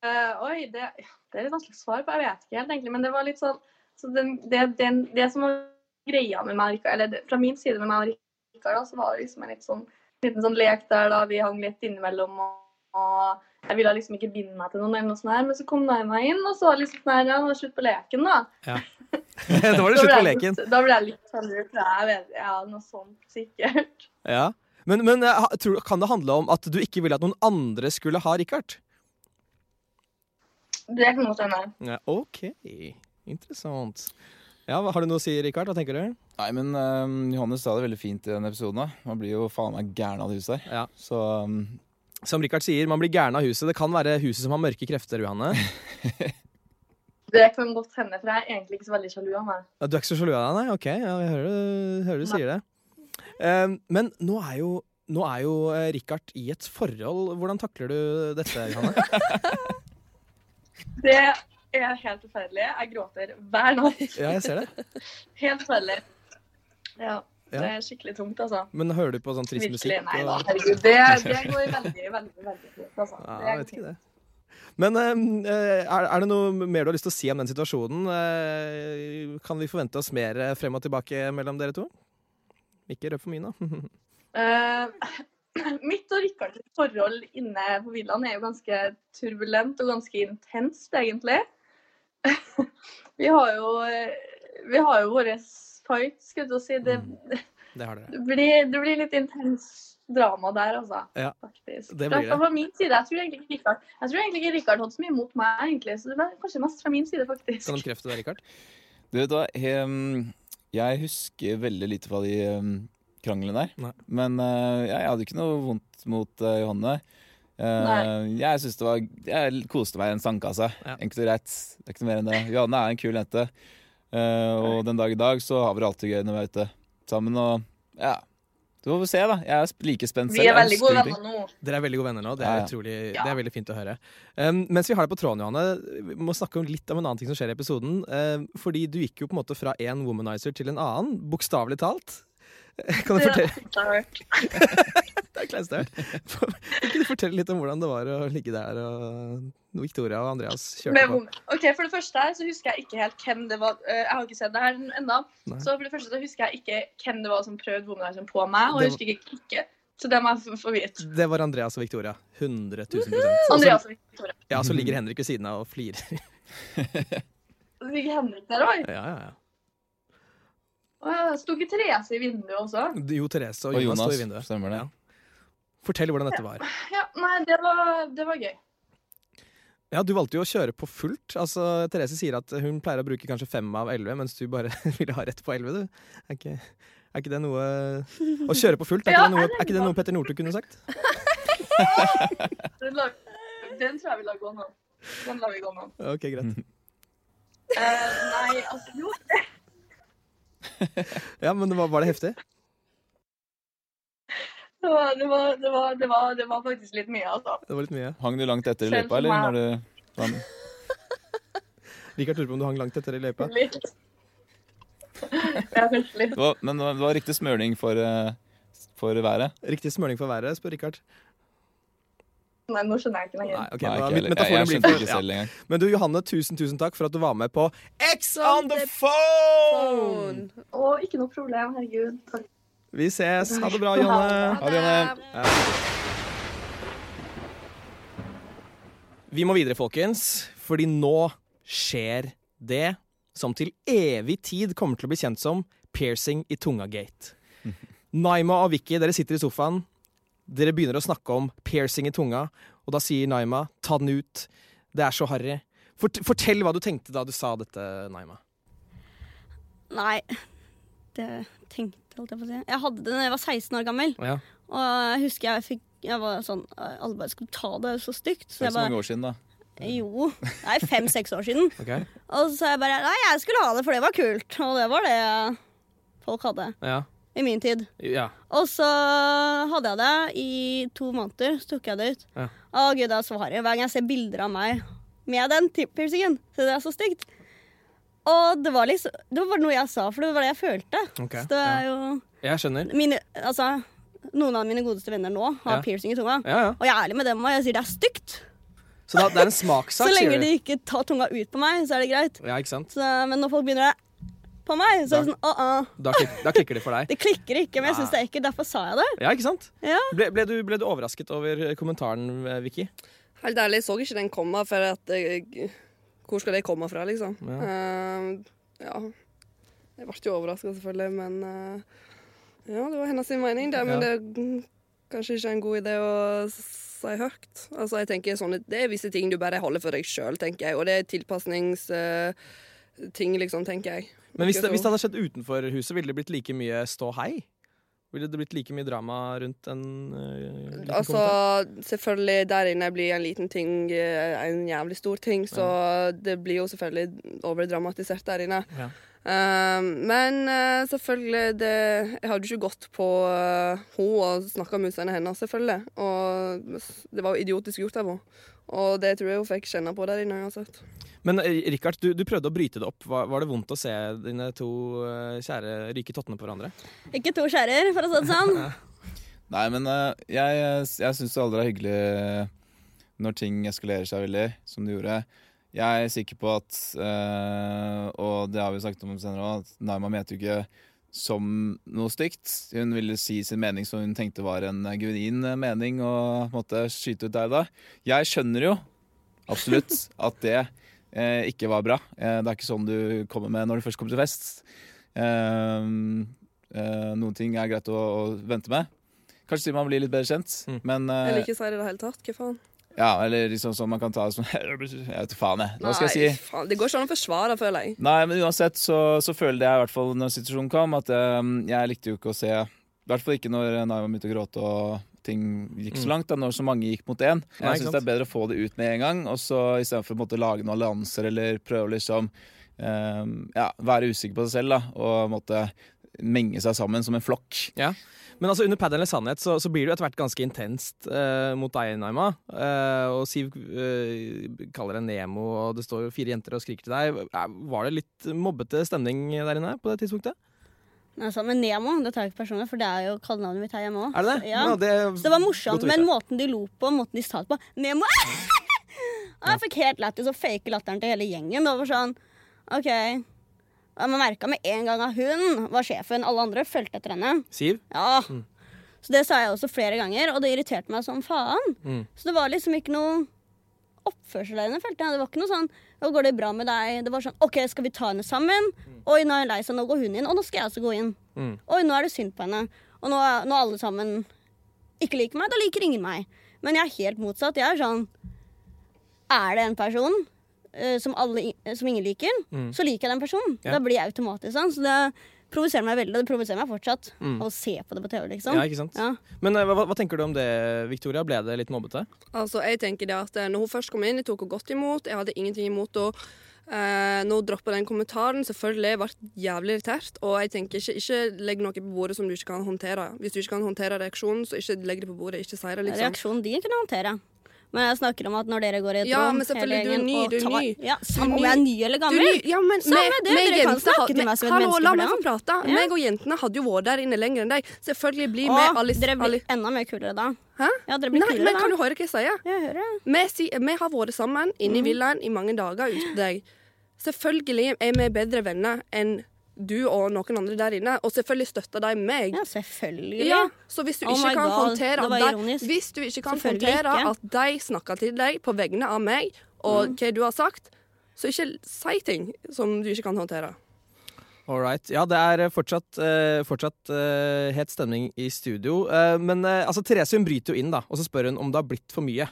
Speaker 5: eh, oi, det, det er litt vanskelig å svare på. Jeg vet ikke helt, egentlig. Men det var litt sånn så den, det, den, det som var greia med meg og Rikard, eller det, fra min side med meg og Rikard, da, så var det liksom en litt sånn, liten sånn lek der da vi hang litt innimellom. og, og jeg ville liksom ikke binde meg til noen, eller noe sånt her, men så kom Naima inn, og så var det liksom sånn her, ja, nå er det slutt på leken, da.
Speaker 1: Da var det
Speaker 5: Da
Speaker 1: slutt
Speaker 5: ble
Speaker 1: på
Speaker 5: jeg
Speaker 1: leken.
Speaker 5: litt- Da ble jeg litt sånn lurt, for jeg vet ja, noe sånt sikkert.
Speaker 1: Ja. Men, men eh, ha- tror, kan det handle om at du ikke ville at noen andre skulle ha Richard?
Speaker 5: Det kan godt hende.
Speaker 1: Ja, ok. Interessant. Ja, hva- Har du noe å si, Rikard? Hva tenker du?
Speaker 2: Nei, men ehm, Johannes sa det veldig fint i den episoden. da. Man blir jo faen meg gæren av det huset her.
Speaker 1: Ja.
Speaker 2: Så ehm,
Speaker 1: Som Rikard sier, man blir gæren av huset. Det kan være huset som har mørke krefter, Johanne.
Speaker 5: Det kan godt hende, for jeg er egentlig ikke så veldig sjalu av meg.
Speaker 1: Ja, Du er ikke så sjalu av deg, nei? Ok, ja, jeg hører, du- hører du sier det. Ehm, men nå er jo, nå er jo eh, Rikard i et forhold. Hvordan takler du dette, Johanne?
Speaker 5: Det er helt forferdelig. Jeg gråter hver natt.
Speaker 1: Ja, jeg ser det.
Speaker 5: Helt forferdelig. Ja.
Speaker 1: Ja.
Speaker 5: Det er skikkelig tungt, altså.
Speaker 1: Men hører du på sånn trist
Speaker 5: Virkelig.
Speaker 1: musikk?
Speaker 5: Nei da,
Speaker 1: og-
Speaker 5: herregud. Det, det går veldig, veldig veldig fint, altså.
Speaker 1: Ja,
Speaker 5: Det
Speaker 1: jeg
Speaker 5: er
Speaker 1: vet ikke det. Men eh, er, er det noe mer du har lyst til å si om den situasjonen? Eh, kan vi forvente oss mer eh, frem og tilbake mellom dere to? Ikke røp for mye, da.
Speaker 5: Eh, mitt og Rikards forhold inne på villaen er jo ganske turbulent og ganske intenst, egentlig. vi har jo eh, vi har jo våre fight, skulle jeg til å si. Det,
Speaker 1: Mm. Det har dere.
Speaker 5: det, blir, det blir litt intens drama der, altså.
Speaker 1: Ja,
Speaker 5: Faktisk.
Speaker 1: det blir
Speaker 5: Fra-
Speaker 1: det.
Speaker 5: Fra, min side, jeg tror egentlig ikke Rikard Jeg tror egentlig ikke Rikard hadde så mye mot meg, egentlig. Så det var kanskje mest fra min side, faktisk.
Speaker 1: Kan du bekrefte det, Rikard?
Speaker 2: du vet hva, ehm, jeg husker veldig lite fra de ehm, kranglene der.
Speaker 1: Nei.
Speaker 2: Men eh, jeg, jeg hadde ikke noe vondt mot eh, Johanne. Eh,
Speaker 5: Nei.
Speaker 2: jeg synes det var Jeg koste meg i en sandkasse.
Speaker 1: Ja.
Speaker 2: Enkelt og greit. Det er ikke noe mer enn det. Johanne er en kul jente. Eh, og den dag i dag så har vi det alltid gøy når vi er ute sammen og Ja. Så får vi se, da. Jeg er sp- like spent selv.
Speaker 5: Vi
Speaker 2: Jeg
Speaker 5: er veldig
Speaker 2: husker
Speaker 5: gode
Speaker 2: ingenting.
Speaker 5: venner nå.
Speaker 1: Dere er veldig gode venner nå. Det
Speaker 2: Ja,
Speaker 1: er,
Speaker 2: ja.
Speaker 1: utrolig,
Speaker 5: Ja.
Speaker 1: det er veldig fint å høre. Um, mens vi har deg på tråden, Johanne, vi må snakke om litt om en annen ting som skjer i episoden. Um, fordi du gikk jo på en måte fra én womanizer til en annen, bokstavelig talt. Kan du
Speaker 5: Det er
Speaker 1: fortelle,
Speaker 5: det siste jeg har hørt.
Speaker 1: det er kleinst jeg har hørt. Kan du fortelle litt om hvordan det var å ligge der og Victoria og Andreas kjørte
Speaker 5: Med
Speaker 1: på?
Speaker 5: bom- ok, For det første her så husker jeg ikke helt hvem det var eh, Jeg har ikke sett det her ennå.
Speaker 1: Nei.
Speaker 5: Så for det første så husker jeg ikke hvem det var som prøvde bombelasjen på meg. Og
Speaker 1: Det
Speaker 5: jeg husker ikke ikke. Så det må jeg få- få vite.
Speaker 1: Det var Andreas og Victoria. 100 000 Og så,
Speaker 5: Andreas og Victoria.
Speaker 1: ja, så ligger Henrik ved siden av og flirer.
Speaker 5: Ligger Henrik der òg?
Speaker 1: Ja, ja, ja.
Speaker 5: Sto ikke Therese i vinduet også?
Speaker 1: Jo Therese og
Speaker 2: Og
Speaker 1: Jonas,
Speaker 2: Jonas,
Speaker 1: står i vinduet.
Speaker 2: stemmer det.
Speaker 1: Ja. Fortell hvordan dette var.
Speaker 5: Ja, nei, det var, det var gøy.
Speaker 1: Ja, Du valgte jo å kjøre på fullt. Altså, Therese sier at hun pleier å bruke kanskje fem av elleve, mens du bare ville ha rett på elleve. du. Er ikke, er ikke det noe Å kjøre på fullt, er ikke
Speaker 5: Ja,
Speaker 1: det noe,
Speaker 5: er det
Speaker 1: er ikke det noe Petter Northug kunne sagt?
Speaker 5: Den, lag, den tror jeg vi lar gå nå. Den lar vi gå nå.
Speaker 1: Ok, greit.
Speaker 5: Eh, nei, altså jo.
Speaker 1: Ja, Men det var, var det heftig?
Speaker 5: Det var, det, var, det, var, det, var, det var faktisk litt mye, altså.
Speaker 1: Det var litt mye.
Speaker 2: Hang du langt etter i
Speaker 5: Selv
Speaker 2: løypa, eller?
Speaker 5: som
Speaker 2: Når du, vann?
Speaker 1: Rikard lurer på om du hang langt etter i løypa.
Speaker 5: Litt. Ja, kanskje litt. sånn,
Speaker 2: det var, men det var riktig smøring for, eh, for været?
Speaker 1: Riktig smøring for været, spør Rikard. Nei,
Speaker 5: nå skjønner jeg ikke lenger.
Speaker 1: Nei, ok,
Speaker 2: Nei,
Speaker 1: da-
Speaker 2: ikke heller. jeg,
Speaker 1: metaforen
Speaker 2: jeg
Speaker 1: blir
Speaker 2: skjønte
Speaker 1: for-
Speaker 2: ikke
Speaker 1: ja.
Speaker 2: selv engang.
Speaker 1: Men du, Johanne, tusen, tusen takk for at du var med på X on the phone!
Speaker 4: Sånn.
Speaker 5: Å, ikke noe problem. Herregud. Takk.
Speaker 1: Vi ses. Ha det bra, Johanne.
Speaker 2: Ha det, Janne.
Speaker 1: Vi må videre, folkens, fordi nå skjer det som til evig tid kommer til å bli kjent som piercing i tunga-gate. Naima og Vicky, dere sitter i sofaen. Dere begynner å snakke om piercing i tunga, og da sier Naima 'ta den ut'. Det er så harry. Fort fortell hva du tenkte da du sa dette, Naima.
Speaker 3: Nei, det tenkte holdt jeg på å si. Jeg hadde det da jeg var 16 år gammel.
Speaker 1: Ja.
Speaker 3: Og jeg husker jeg fikk jeg var sånn, Alle bare skulle ta det, det er jo så stygt.
Speaker 2: Det
Speaker 3: Så
Speaker 2: er
Speaker 3: jeg
Speaker 2: ikke så mange
Speaker 3: bare
Speaker 2: år siden, da.
Speaker 3: Jo. Nei, fem-seks år siden.
Speaker 1: Ok?
Speaker 3: Og så sa jeg bare Nei, jeg skulle ha det, for det var kult. Og det var det folk hadde
Speaker 1: Ja.
Speaker 3: i min tid.
Speaker 1: ja.
Speaker 3: Og så hadde jeg det i to måneder, så tok jeg det ut.
Speaker 1: Ja.
Speaker 3: Å gud, det er så harry. Hver gang jeg ser bilder av meg med den tipp-piercingen, så det er så stygt. Og det var liksom Det var bare noe jeg sa, for det var det jeg følte.
Speaker 1: Ok,
Speaker 3: Så det er jo
Speaker 1: Jeg skjønner.
Speaker 3: mine, Altså, noen av mine godeste venner nå har
Speaker 1: Ja.
Speaker 3: piercing i tunga.
Speaker 1: Ja, ja.
Speaker 3: Og jeg er ærlig med dem, og jeg sier det er stygt.
Speaker 1: Så da, det er en
Speaker 3: Så
Speaker 1: smakssak,
Speaker 3: lenge
Speaker 1: sier du?
Speaker 3: de ikke tar tunga ut på meg, så er det greit.
Speaker 1: Ja, ikke sant?
Speaker 3: Så, men når folk begynner på meg, så er det sånn åh, åh.
Speaker 1: Da, klik, da klikker det for deg.
Speaker 3: Det klikker ikke, men jeg syns det er ekkelt. Derfor sa jeg det.
Speaker 1: Ja, ikke sant?
Speaker 3: Ja.
Speaker 1: Ble, ble, du, ble du overrasket over kommentaren, eh, Vicky?
Speaker 4: Helt ærlig, jeg så ikke den komme, for at eh, Hvor skal det komme fra, liksom?
Speaker 1: Ja.
Speaker 4: Eh, ja. Jeg ble jo overraska, selvfølgelig, men eh, Ja, det var hennes mening, det.
Speaker 1: Ja.
Speaker 4: Men det er mm, kanskje ikke en god idé å si høyt. Altså, jeg tenker sånne, Det er visse ting du bare holder for deg sjøl, tenker jeg. Og det er tilpasningsting, eh, liksom, tenker jeg.
Speaker 1: Men hvis
Speaker 4: Ikke
Speaker 1: det,
Speaker 4: så-
Speaker 1: hvis det hadde skjedd utenfor huset, ville det blitt like mye ståhei? Ville det blitt like mye drama rundt en eh, liten
Speaker 4: Altså,
Speaker 1: kommentar?
Speaker 4: selvfølgelig, der inne blir en liten ting eh, en jævlig stor ting, så det blir jo selvfølgelig overdramatisert der inne.
Speaker 1: Ja.
Speaker 4: Um, men eh, selvfølgelig det, Jeg hadde jo ikke gått på uh, henne og snakka med musene hennes, selvfølgelig. Og s- det var jo idiotisk gjort av henne. Og det tror jeg hun fikk kjenne på der inne uansett.
Speaker 1: Men eh, Richard, du, du prøvde å bryte det opp. Var, var det vondt å se dine to eh, kjære ryke tottene på hverandre?
Speaker 3: Ikke to skjærer, for å si det sånn.
Speaker 2: Nei, men eh, jeg, jeg syns det aldri er hyggelig når ting eskalerer seg veldig, som det gjorde. Jeg er sikker på at eh, Og det har vi snakket om senere òg, at Naima mente jo ikke som noe stygt. Hun ville si sin mening som hun tenkte var en genuin mening, og måtte skyte ut deg da. Jeg skjønner jo absolutt at det eh, ikke var bra. Eh, det er ikke sånn du kommer med når du først kommer til fest. Eh, eh, noen ting er greit å, å vente med. Kanskje til man blir litt bedre kjent,
Speaker 1: Mm.
Speaker 2: men eh,
Speaker 4: Eller ikke si det i det hele tatt. Hva faen?
Speaker 2: ja, eller liksom sånn man kan ta det som Jeg vet ikke faen, jeg. Hva skal jeg si?
Speaker 4: Nei, faen, det går ikke an å forsvare, føler jeg.
Speaker 2: Nei, men uansett så, så føler jeg i hvert fall når situasjonen kom, at eh, jeg likte jo ikke å se I hvert fall ikke når eh, Naima begynte å gråte og ting gikk så
Speaker 1: Mm.
Speaker 2: langt, da, når så mange gikk mot én.
Speaker 1: Nei, ikke
Speaker 2: Jeg syns det
Speaker 1: sant?
Speaker 2: er bedre å få det ut med en gang, og så istedenfor å måtte lage noen allianser eller prøve å liksom eh, ja, være usikker på seg selv da, og måtte menge seg sammen som en flokk.
Speaker 1: Men altså, under Pad eller sannhet så, så blir det jo etter hvert ganske intenst eh, mot deg, Naima. Eh, og Siv eh, kaller deg Nemo, og det står jo fire jenter og skriker til deg. Eh, Var det litt mobbete stemning der inne på det tidspunktet?
Speaker 3: Altså, men Nemo det tar jeg ikke personlig, for det er jo kallenavnet mitt her hjemme òg.
Speaker 1: Er det det?
Speaker 3: Ja.
Speaker 1: Ja,
Speaker 3: Så det var morsomt,
Speaker 1: godt å vite.
Speaker 3: men måten de lo på, måten de sa det på Nemo! Og jeg fikk helt lættis og fake latteren til hele gjengen. Det var sånn, ok Og Man merka med en gang at hun var sjefen. Alle andre fulgte etter henne.
Speaker 1: Siv?
Speaker 3: Ja. Så det sa jeg også flere ganger, og det irriterte meg som faen.
Speaker 1: Mm.
Speaker 3: Så det var liksom ikke noe oppførsel der inne, følte jeg. Det var ikke noe sånn «Å, 'Går det bra med deg?' Det var sånn 'OK, skal vi ta henne sammen?' 'Oi, nå er hun lei seg. Nå går hun inn.' 'Og nå skal jeg også gå inn.'
Speaker 1: Mm.
Speaker 3: 'Oi, nå er det synd på henne.' Og nå er nå alle sammen ikke liker meg, da liker ingen meg. Men jeg er helt motsatt. Jeg er sånn er det en person eh, som, alle, som ingen liker,
Speaker 1: Mm.
Speaker 3: så liker jeg den personen.
Speaker 1: Ja.
Speaker 3: Da blir jeg automatisk sånn. Så det provoserer meg veldig, og det provoserer meg fortsatt.
Speaker 1: Mm.
Speaker 3: Av å se på det på TV, liksom.
Speaker 1: Ja, ikke sant?
Speaker 3: Ja.
Speaker 1: Men eh, hva, hva tenker du om det, Victoria? Ble det litt mobbete?
Speaker 4: Altså, jeg tenker det at eh, når hun først kom inn, jeg tok henne godt imot. Jeg hadde ingenting imot henne. Eh, når hun droppet den kommentaren, selvfølgelig jeg ble jævlig irritert. Og jeg tenker ikke, ikke legg noe på bordet som du ikke kan håndtere. Hvis du ikke kan håndtere reaksjonen, så ikke legg det på bordet. Ikke si
Speaker 1: sånn.
Speaker 4: det, liksom.
Speaker 3: Reaksjonen din kunne jeg håndtere. Men jeg snakker om at når dere går i et
Speaker 4: Ja,
Speaker 3: rom
Speaker 4: men selvfølgelig,
Speaker 3: hele
Speaker 4: du er
Speaker 3: gjengen,
Speaker 4: ny,
Speaker 3: og
Speaker 4: du er
Speaker 3: tar-
Speaker 4: ny.
Speaker 3: Ja,
Speaker 4: Du er
Speaker 3: samme om
Speaker 4: ny.
Speaker 3: jeg er ny eller
Speaker 4: Du,
Speaker 3: gammel.
Speaker 4: ja, men
Speaker 3: Samme
Speaker 4: vi-
Speaker 3: det,
Speaker 4: vi
Speaker 3: dere kan
Speaker 4: jenter
Speaker 3: snakke
Speaker 4: har-
Speaker 3: til
Speaker 4: vi-
Speaker 3: meg som et
Speaker 4: Hallo,
Speaker 3: menneske
Speaker 4: la
Speaker 3: for
Speaker 4: meg
Speaker 3: det,
Speaker 4: få prate.
Speaker 3: Ja.
Speaker 4: Meg og jentene hadde jo vært der inne lenger enn deg. Selvfølgelig blir
Speaker 3: Å,
Speaker 4: vi Alice,
Speaker 3: dere blir
Speaker 4: Alice.
Speaker 3: enda mer kulere da.
Speaker 4: Hæ?
Speaker 3: Ja, dere blir
Speaker 4: Nei,
Speaker 3: kulere
Speaker 4: men
Speaker 3: da.
Speaker 4: kan du høre hva jeg sier?
Speaker 3: Jeg hører det.
Speaker 4: Vi, si, vi har vært sammen inne i
Speaker 3: Mhm.
Speaker 4: villaen i mange dager uten deg. Selvfølgelig er vi bedre venner enn du og noen andre der inne, og selvfølgelig støtter de meg.
Speaker 3: Ja, selvfølgelig.
Speaker 4: Ja, så hvis du
Speaker 3: Oh
Speaker 4: ikke
Speaker 3: my
Speaker 4: kan
Speaker 3: God,
Speaker 4: håndtere
Speaker 3: det var
Speaker 4: at de,
Speaker 3: ironisk.
Speaker 4: Hvis du ikke kan
Speaker 3: Selvfølgelig
Speaker 4: håndtere
Speaker 3: ikke. Mhm.
Speaker 4: at de snakker til deg på vegne av meg og hva du har sagt, så ikke si ting som du ikke kan håndtere.
Speaker 1: All right. Ja, det er fortsatt, eh, fortsatt eh, het stemning i studio. Eh, men eh, altså, Therese hun bryter jo inn, da, og så spør hun om det har blitt for mye.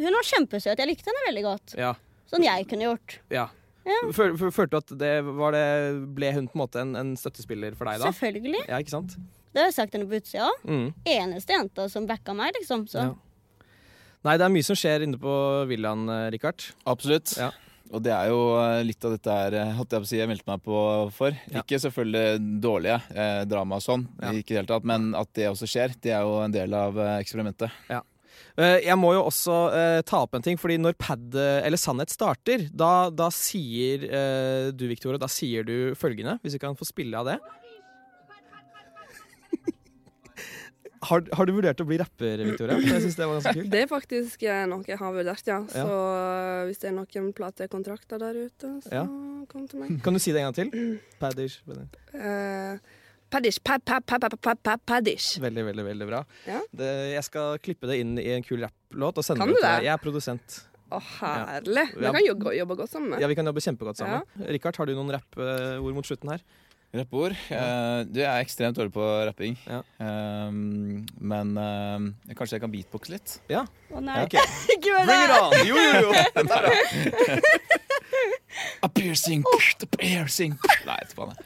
Speaker 3: Hun var kjempesøt. Jeg likte henne veldig godt.
Speaker 1: Ja,
Speaker 3: Sånn jeg kunne gjort.
Speaker 1: ja.
Speaker 3: Ja.
Speaker 1: Føl, føl- følte du at det var det Ble hun på en måte en, en støttespiller for deg da?
Speaker 3: Selvfølgelig.
Speaker 1: Ja, ikke sant?
Speaker 3: Det har jeg sagt henne på utsida òg.
Speaker 1: Mm.
Speaker 3: Eneste jenta som backa meg, liksom. Så.
Speaker 1: Ja. Nei, det er mye som skjer inne på villaen, eh, Richard.
Speaker 2: Absolutt.
Speaker 1: Ja.
Speaker 2: Og det er jo eh, litt av dette her eh, holdt jeg på å si, jeg meldte meg på for.
Speaker 1: Ja.
Speaker 2: Ikke selvfølgelig dårlige eh, drama og sånn,
Speaker 1: Ja.
Speaker 2: ikke i det hele tatt, men at det også skjer, det er jo en del av eh, eksperimentet.
Speaker 1: Eh, Jeg må jo også eh, ta opp en ting, fordi når pad eh, eller sannhet starter, da, da sier eh, du, Victoria, da sier du følgende, hvis vi kan få spille av det. Har, har du vurdert å bli rapper, Victoria? Jeg syns det var ganske kult.
Speaker 4: Det er faktisk eh, noe jeg har vurdert, ja. Så eh, hvis det er noen platekontrakter der ute, så
Speaker 1: Ja.
Speaker 4: kom til meg.
Speaker 1: Kan du si det en gang til? Paddish.
Speaker 4: Eh, Paddish, pa- pa- pa- pa- pa- pa- paddish.
Speaker 1: Veldig, veldig veldig bra.
Speaker 4: Ja.
Speaker 1: Det, jeg skal klippe det inn i en kul rapplåt og sende
Speaker 4: Kan
Speaker 1: det
Speaker 4: du
Speaker 1: til deg.
Speaker 4: det?
Speaker 1: Jeg er produsent.
Speaker 4: Å, herlig. Vi
Speaker 1: Ja.
Speaker 4: kan jo gå- jobbe godt sammen.
Speaker 1: Ja, Vi kan jobbe kjempegodt sammen. Richard, har du noen rappord mot slutten her?
Speaker 2: Rappord. Eh, du, jeg er ekstremt dårlig på rapping,
Speaker 1: Ja.
Speaker 2: Ehm, men eh, kanskje jeg kan beatboxe litt?
Speaker 3: Å nei,
Speaker 1: Ok.
Speaker 3: ikke gjør det!
Speaker 2: Bring it on! Jo, jo, jo! Den er bra. A piercing, a piercing Oh. Nei, etterpå. nei.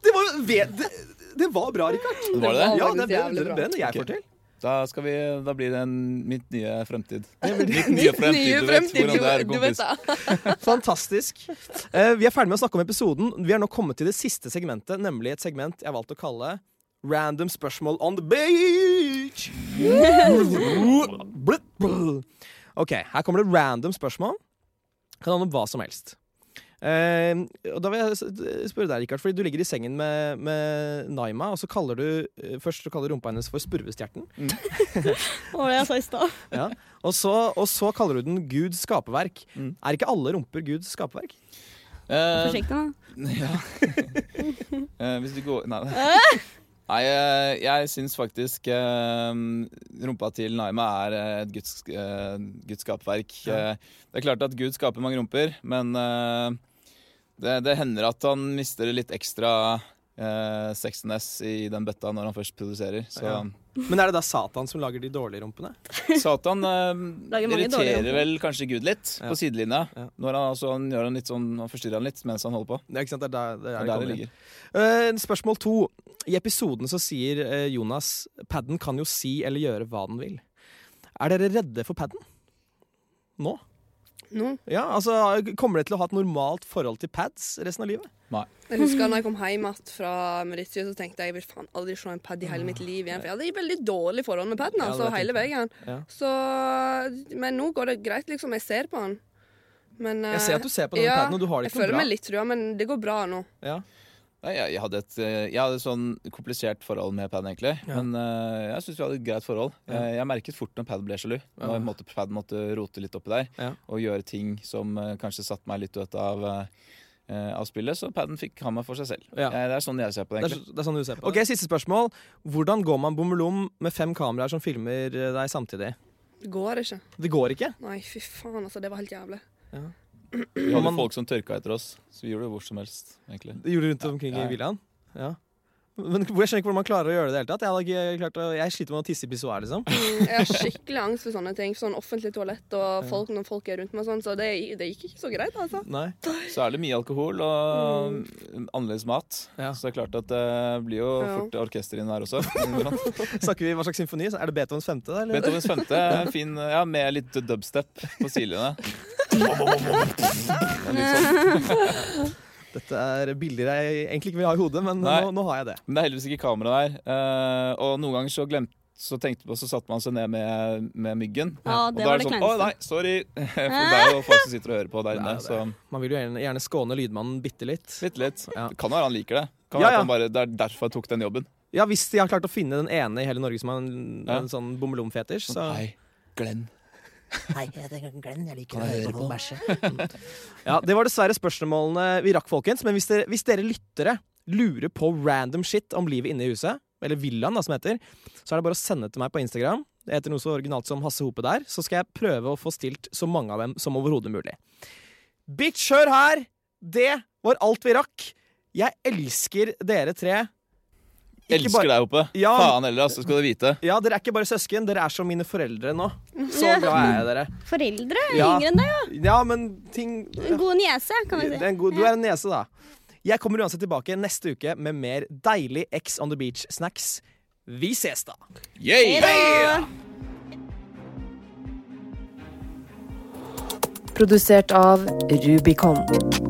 Speaker 1: Det var, ve- det, det var bra, Richard.
Speaker 2: Var det det?
Speaker 1: Ja, det
Speaker 4: faktisk
Speaker 1: er bedre,
Speaker 4: jævlig
Speaker 1: bedre,
Speaker 4: bra.
Speaker 1: bedre enn jeg får
Speaker 2: Ok.
Speaker 1: til.
Speaker 2: Da, skal vi, da blir det en, mitt nye fremtid. Mitt nye fremtid,
Speaker 4: Nye
Speaker 2: du vet
Speaker 4: fremtid,
Speaker 2: hvordan det er,
Speaker 4: du, du vet
Speaker 2: kompis.
Speaker 4: det.
Speaker 1: Fantastisk. Eh, vi er ferdig med å snakke om episoden. Vi er nå kommet til det siste segmentet, nemlig et segment jeg har valgt å kalle Random spørsmål on the beach. OK, her kommer det random spørsmål. Kan handle om hva som helst. Eh, og da vil jeg s- spørre deg, Rikard, fordi du ligger i sengen med, med Naima, og så kaller du eh, først så kaller du rumpa hennes for spurvestjerten.
Speaker 3: Hva var det jeg sa i stad?
Speaker 1: Ja. Og, så, og så kaller du den Guds skaperverk.
Speaker 2: Mm.
Speaker 1: Er ikke alle rumper Guds skaperverk?
Speaker 2: Eh,
Speaker 3: Forsiktig nå.
Speaker 2: Ja. Eh, hvis du går Nei. Nei, eh, jeg syns faktisk eh, rumpa til Naima er eh, et guds, eh, guds skapverk. Eh, det er klart at Gud skaper mange rumper, men eh, det, det hender at han mister litt ekstra eh, sexiness i den bøtta når han først produserer. Så
Speaker 1: Ja. Men er det da Satan som lager de dårlige rumpene?
Speaker 2: Satan eh,
Speaker 3: Lager mange dårlige
Speaker 2: irriterer
Speaker 3: rumper.
Speaker 2: vel kanskje Gud litt
Speaker 1: Ja.
Speaker 2: på sidelinja.
Speaker 1: Ja.
Speaker 2: Når han, altså, han, gjør han, litt sånn, han forstyrrer han litt mens han holder på.
Speaker 1: Det er ikke sant, det er der det,
Speaker 2: Det
Speaker 1: er
Speaker 2: er der det
Speaker 1: kommer inn.
Speaker 2: ligger.
Speaker 1: Eh, spørsmål to. I episoden så sier eh, Jonas Padden kan jo si eller gjøre hva den vil. Er dere redde for Padden? Nå?
Speaker 4: Nå.
Speaker 1: Ja, altså, Kommer dere til å ha et normalt forhold til pads resten av livet?
Speaker 4: Jeg husker når jeg kom hjem igjen fra Mauritius, så tenkte jeg jeg vil faen aldri se en pad i hele mitt liv igjen. For jeg hadde et veldig dårlig forhold med paden
Speaker 1: Ja,
Speaker 4: altså,
Speaker 1: det
Speaker 4: hele
Speaker 1: tenkte jeg.
Speaker 4: veien.
Speaker 1: Ja.
Speaker 4: Så, men nå går det greit, liksom. Jeg ser på han. Men, eh,
Speaker 1: Jeg ser at du ser på den
Speaker 4: ja,
Speaker 1: padden, og du har det
Speaker 4: jeg
Speaker 1: ikke noe
Speaker 4: føler
Speaker 1: bra.
Speaker 4: meg litt trua, men det går bra nå.
Speaker 1: Ja.
Speaker 2: Nei, jeg, jeg hadde et eh, jeg hadde et sånn komplisert forhold med Pad, egentlig.
Speaker 1: Ja.
Speaker 2: Men eh, jeg syns vi hadde et greit forhold.
Speaker 1: Ja.
Speaker 2: Eh, jeg merket fort når Pad ble sjalu. Når
Speaker 1: Ja.
Speaker 2: måtte, Pad måtte rote litt oppi der
Speaker 1: Ja.
Speaker 2: og gjøre ting som eh, kanskje satte meg litt ut av, eh, av spillet. Så Paden fikk ha meg for seg selv.
Speaker 1: Ja.
Speaker 2: Eh, det er sånn jeg ser på det,
Speaker 1: Det, er,
Speaker 2: egentlig.
Speaker 1: så- det er sånn du ser på det. Ok, Siste spørsmål. Hvordan går man bommelom med fem kameraer som filmer eh, deg samtidig?
Speaker 4: Det går ikke.
Speaker 1: Det går ikke.
Speaker 4: Nei, fy faen, altså. Det var helt jævlig.
Speaker 2: Vi hadde
Speaker 1: man-
Speaker 2: folk som tørka etter oss, så vi gjorde det hvor som helst, egentlig.
Speaker 1: Det gjorde du rundt omkring
Speaker 2: Ja, ja.
Speaker 1: i villaen? Ja. Men jeg skjønner ikke hvordan man klarer å gjøre det i det hele tatt. Jeg, hadde ikke klart å, jeg sliter med å tisse i pissoar, liksom.
Speaker 4: Mm, Jeg har skikkelig angst for sånne ting. Sånn offentlig toalett og folk når folk er rundt meg og sånn. Så det, det gikk ikke så greit, altså.
Speaker 1: Nei.
Speaker 2: Så er det mye alkohol og annerledes mat.
Speaker 1: Mm. Ja.
Speaker 2: Så det er klart at det blir jo
Speaker 4: Ja.
Speaker 2: fort orkester inn her også. Iblant.
Speaker 1: Snakker vi hva slags symfoni? Er det Beethovens femte? da, Eller?
Speaker 2: Beethovens femte, er en fin, ja, med litt dubstep på sidene. Det er litt sånn.
Speaker 1: Dette er bilder jeg egentlig ikke vil ha i hodet, men
Speaker 2: Nei.
Speaker 1: nå, nå har jeg det.
Speaker 2: Men det er heldigvis ikke kamera der. Eh, og noen ganger så glemte så tenkte man, så satte man seg ned med, med myggen.
Speaker 3: Ja,
Speaker 2: og
Speaker 3: det
Speaker 2: da
Speaker 3: var
Speaker 2: er det
Speaker 3: det
Speaker 2: sånn Å,
Speaker 3: kleineste.
Speaker 2: nei, sorry! For det er jo folk som sitter og hører på der
Speaker 1: Det er
Speaker 2: inne.
Speaker 1: det.
Speaker 2: Så
Speaker 1: Man vil jo gjerne, gjerne skåne lydmannen bitte litt.
Speaker 2: litt, litt.
Speaker 1: Ja.
Speaker 2: Kan være han liker det. Kan
Speaker 1: Ja,
Speaker 2: være
Speaker 1: ja.
Speaker 2: at han bare, Det er derfor han tok den jobben.
Speaker 1: Ja, hvis de har klart å finne den ene i hele Norge som har en,
Speaker 2: Ja.
Speaker 1: en sånn bommelomfetisj, så
Speaker 2: Hei, Glenn.
Speaker 6: Nei, jeg tenker Glenn, jeg liker
Speaker 2: Kan
Speaker 6: å
Speaker 2: jeg
Speaker 6: høre
Speaker 2: høre
Speaker 6: på
Speaker 2: på?
Speaker 6: folk bæsje.
Speaker 1: Ja, det var dessverre spørsmålene vi rakk, folkens. Men hvis dere, hvis dere lyttere lurer på random shit om livet inne i huset, eller villaen, da, som det heter, så er det bare å sende til meg på Instagram. Det heter noe så originalt som Hasse Hope der. Så skal jeg prøve å få stilt så mange av dem som overhodet mulig. Bitch, hør her! Det var alt vi rakk. Jeg elsker dere tre. Ikke
Speaker 2: Elsker
Speaker 1: bare-
Speaker 2: deg, Hoppe.
Speaker 1: Ja.
Speaker 2: Faen heller, altså, skal du vite.
Speaker 1: Ja, dere er ikke bare søsken, dere er som mine foreldre nå. Så glad er jeg i dere.
Speaker 3: Foreldre er
Speaker 1: Ja.
Speaker 3: yngre enn deg.
Speaker 1: Ja, men ting
Speaker 3: jo. En god niese, kan vi
Speaker 1: Det
Speaker 3: si.
Speaker 1: er en god, du er en nese, da. Jeg kommer uansett tilbake neste uke med mer deilig X on the beach-snacks. Vi ses, da.
Speaker 2: Yeah!
Speaker 3: Hejdå!
Speaker 7: Produsert av Rubicon.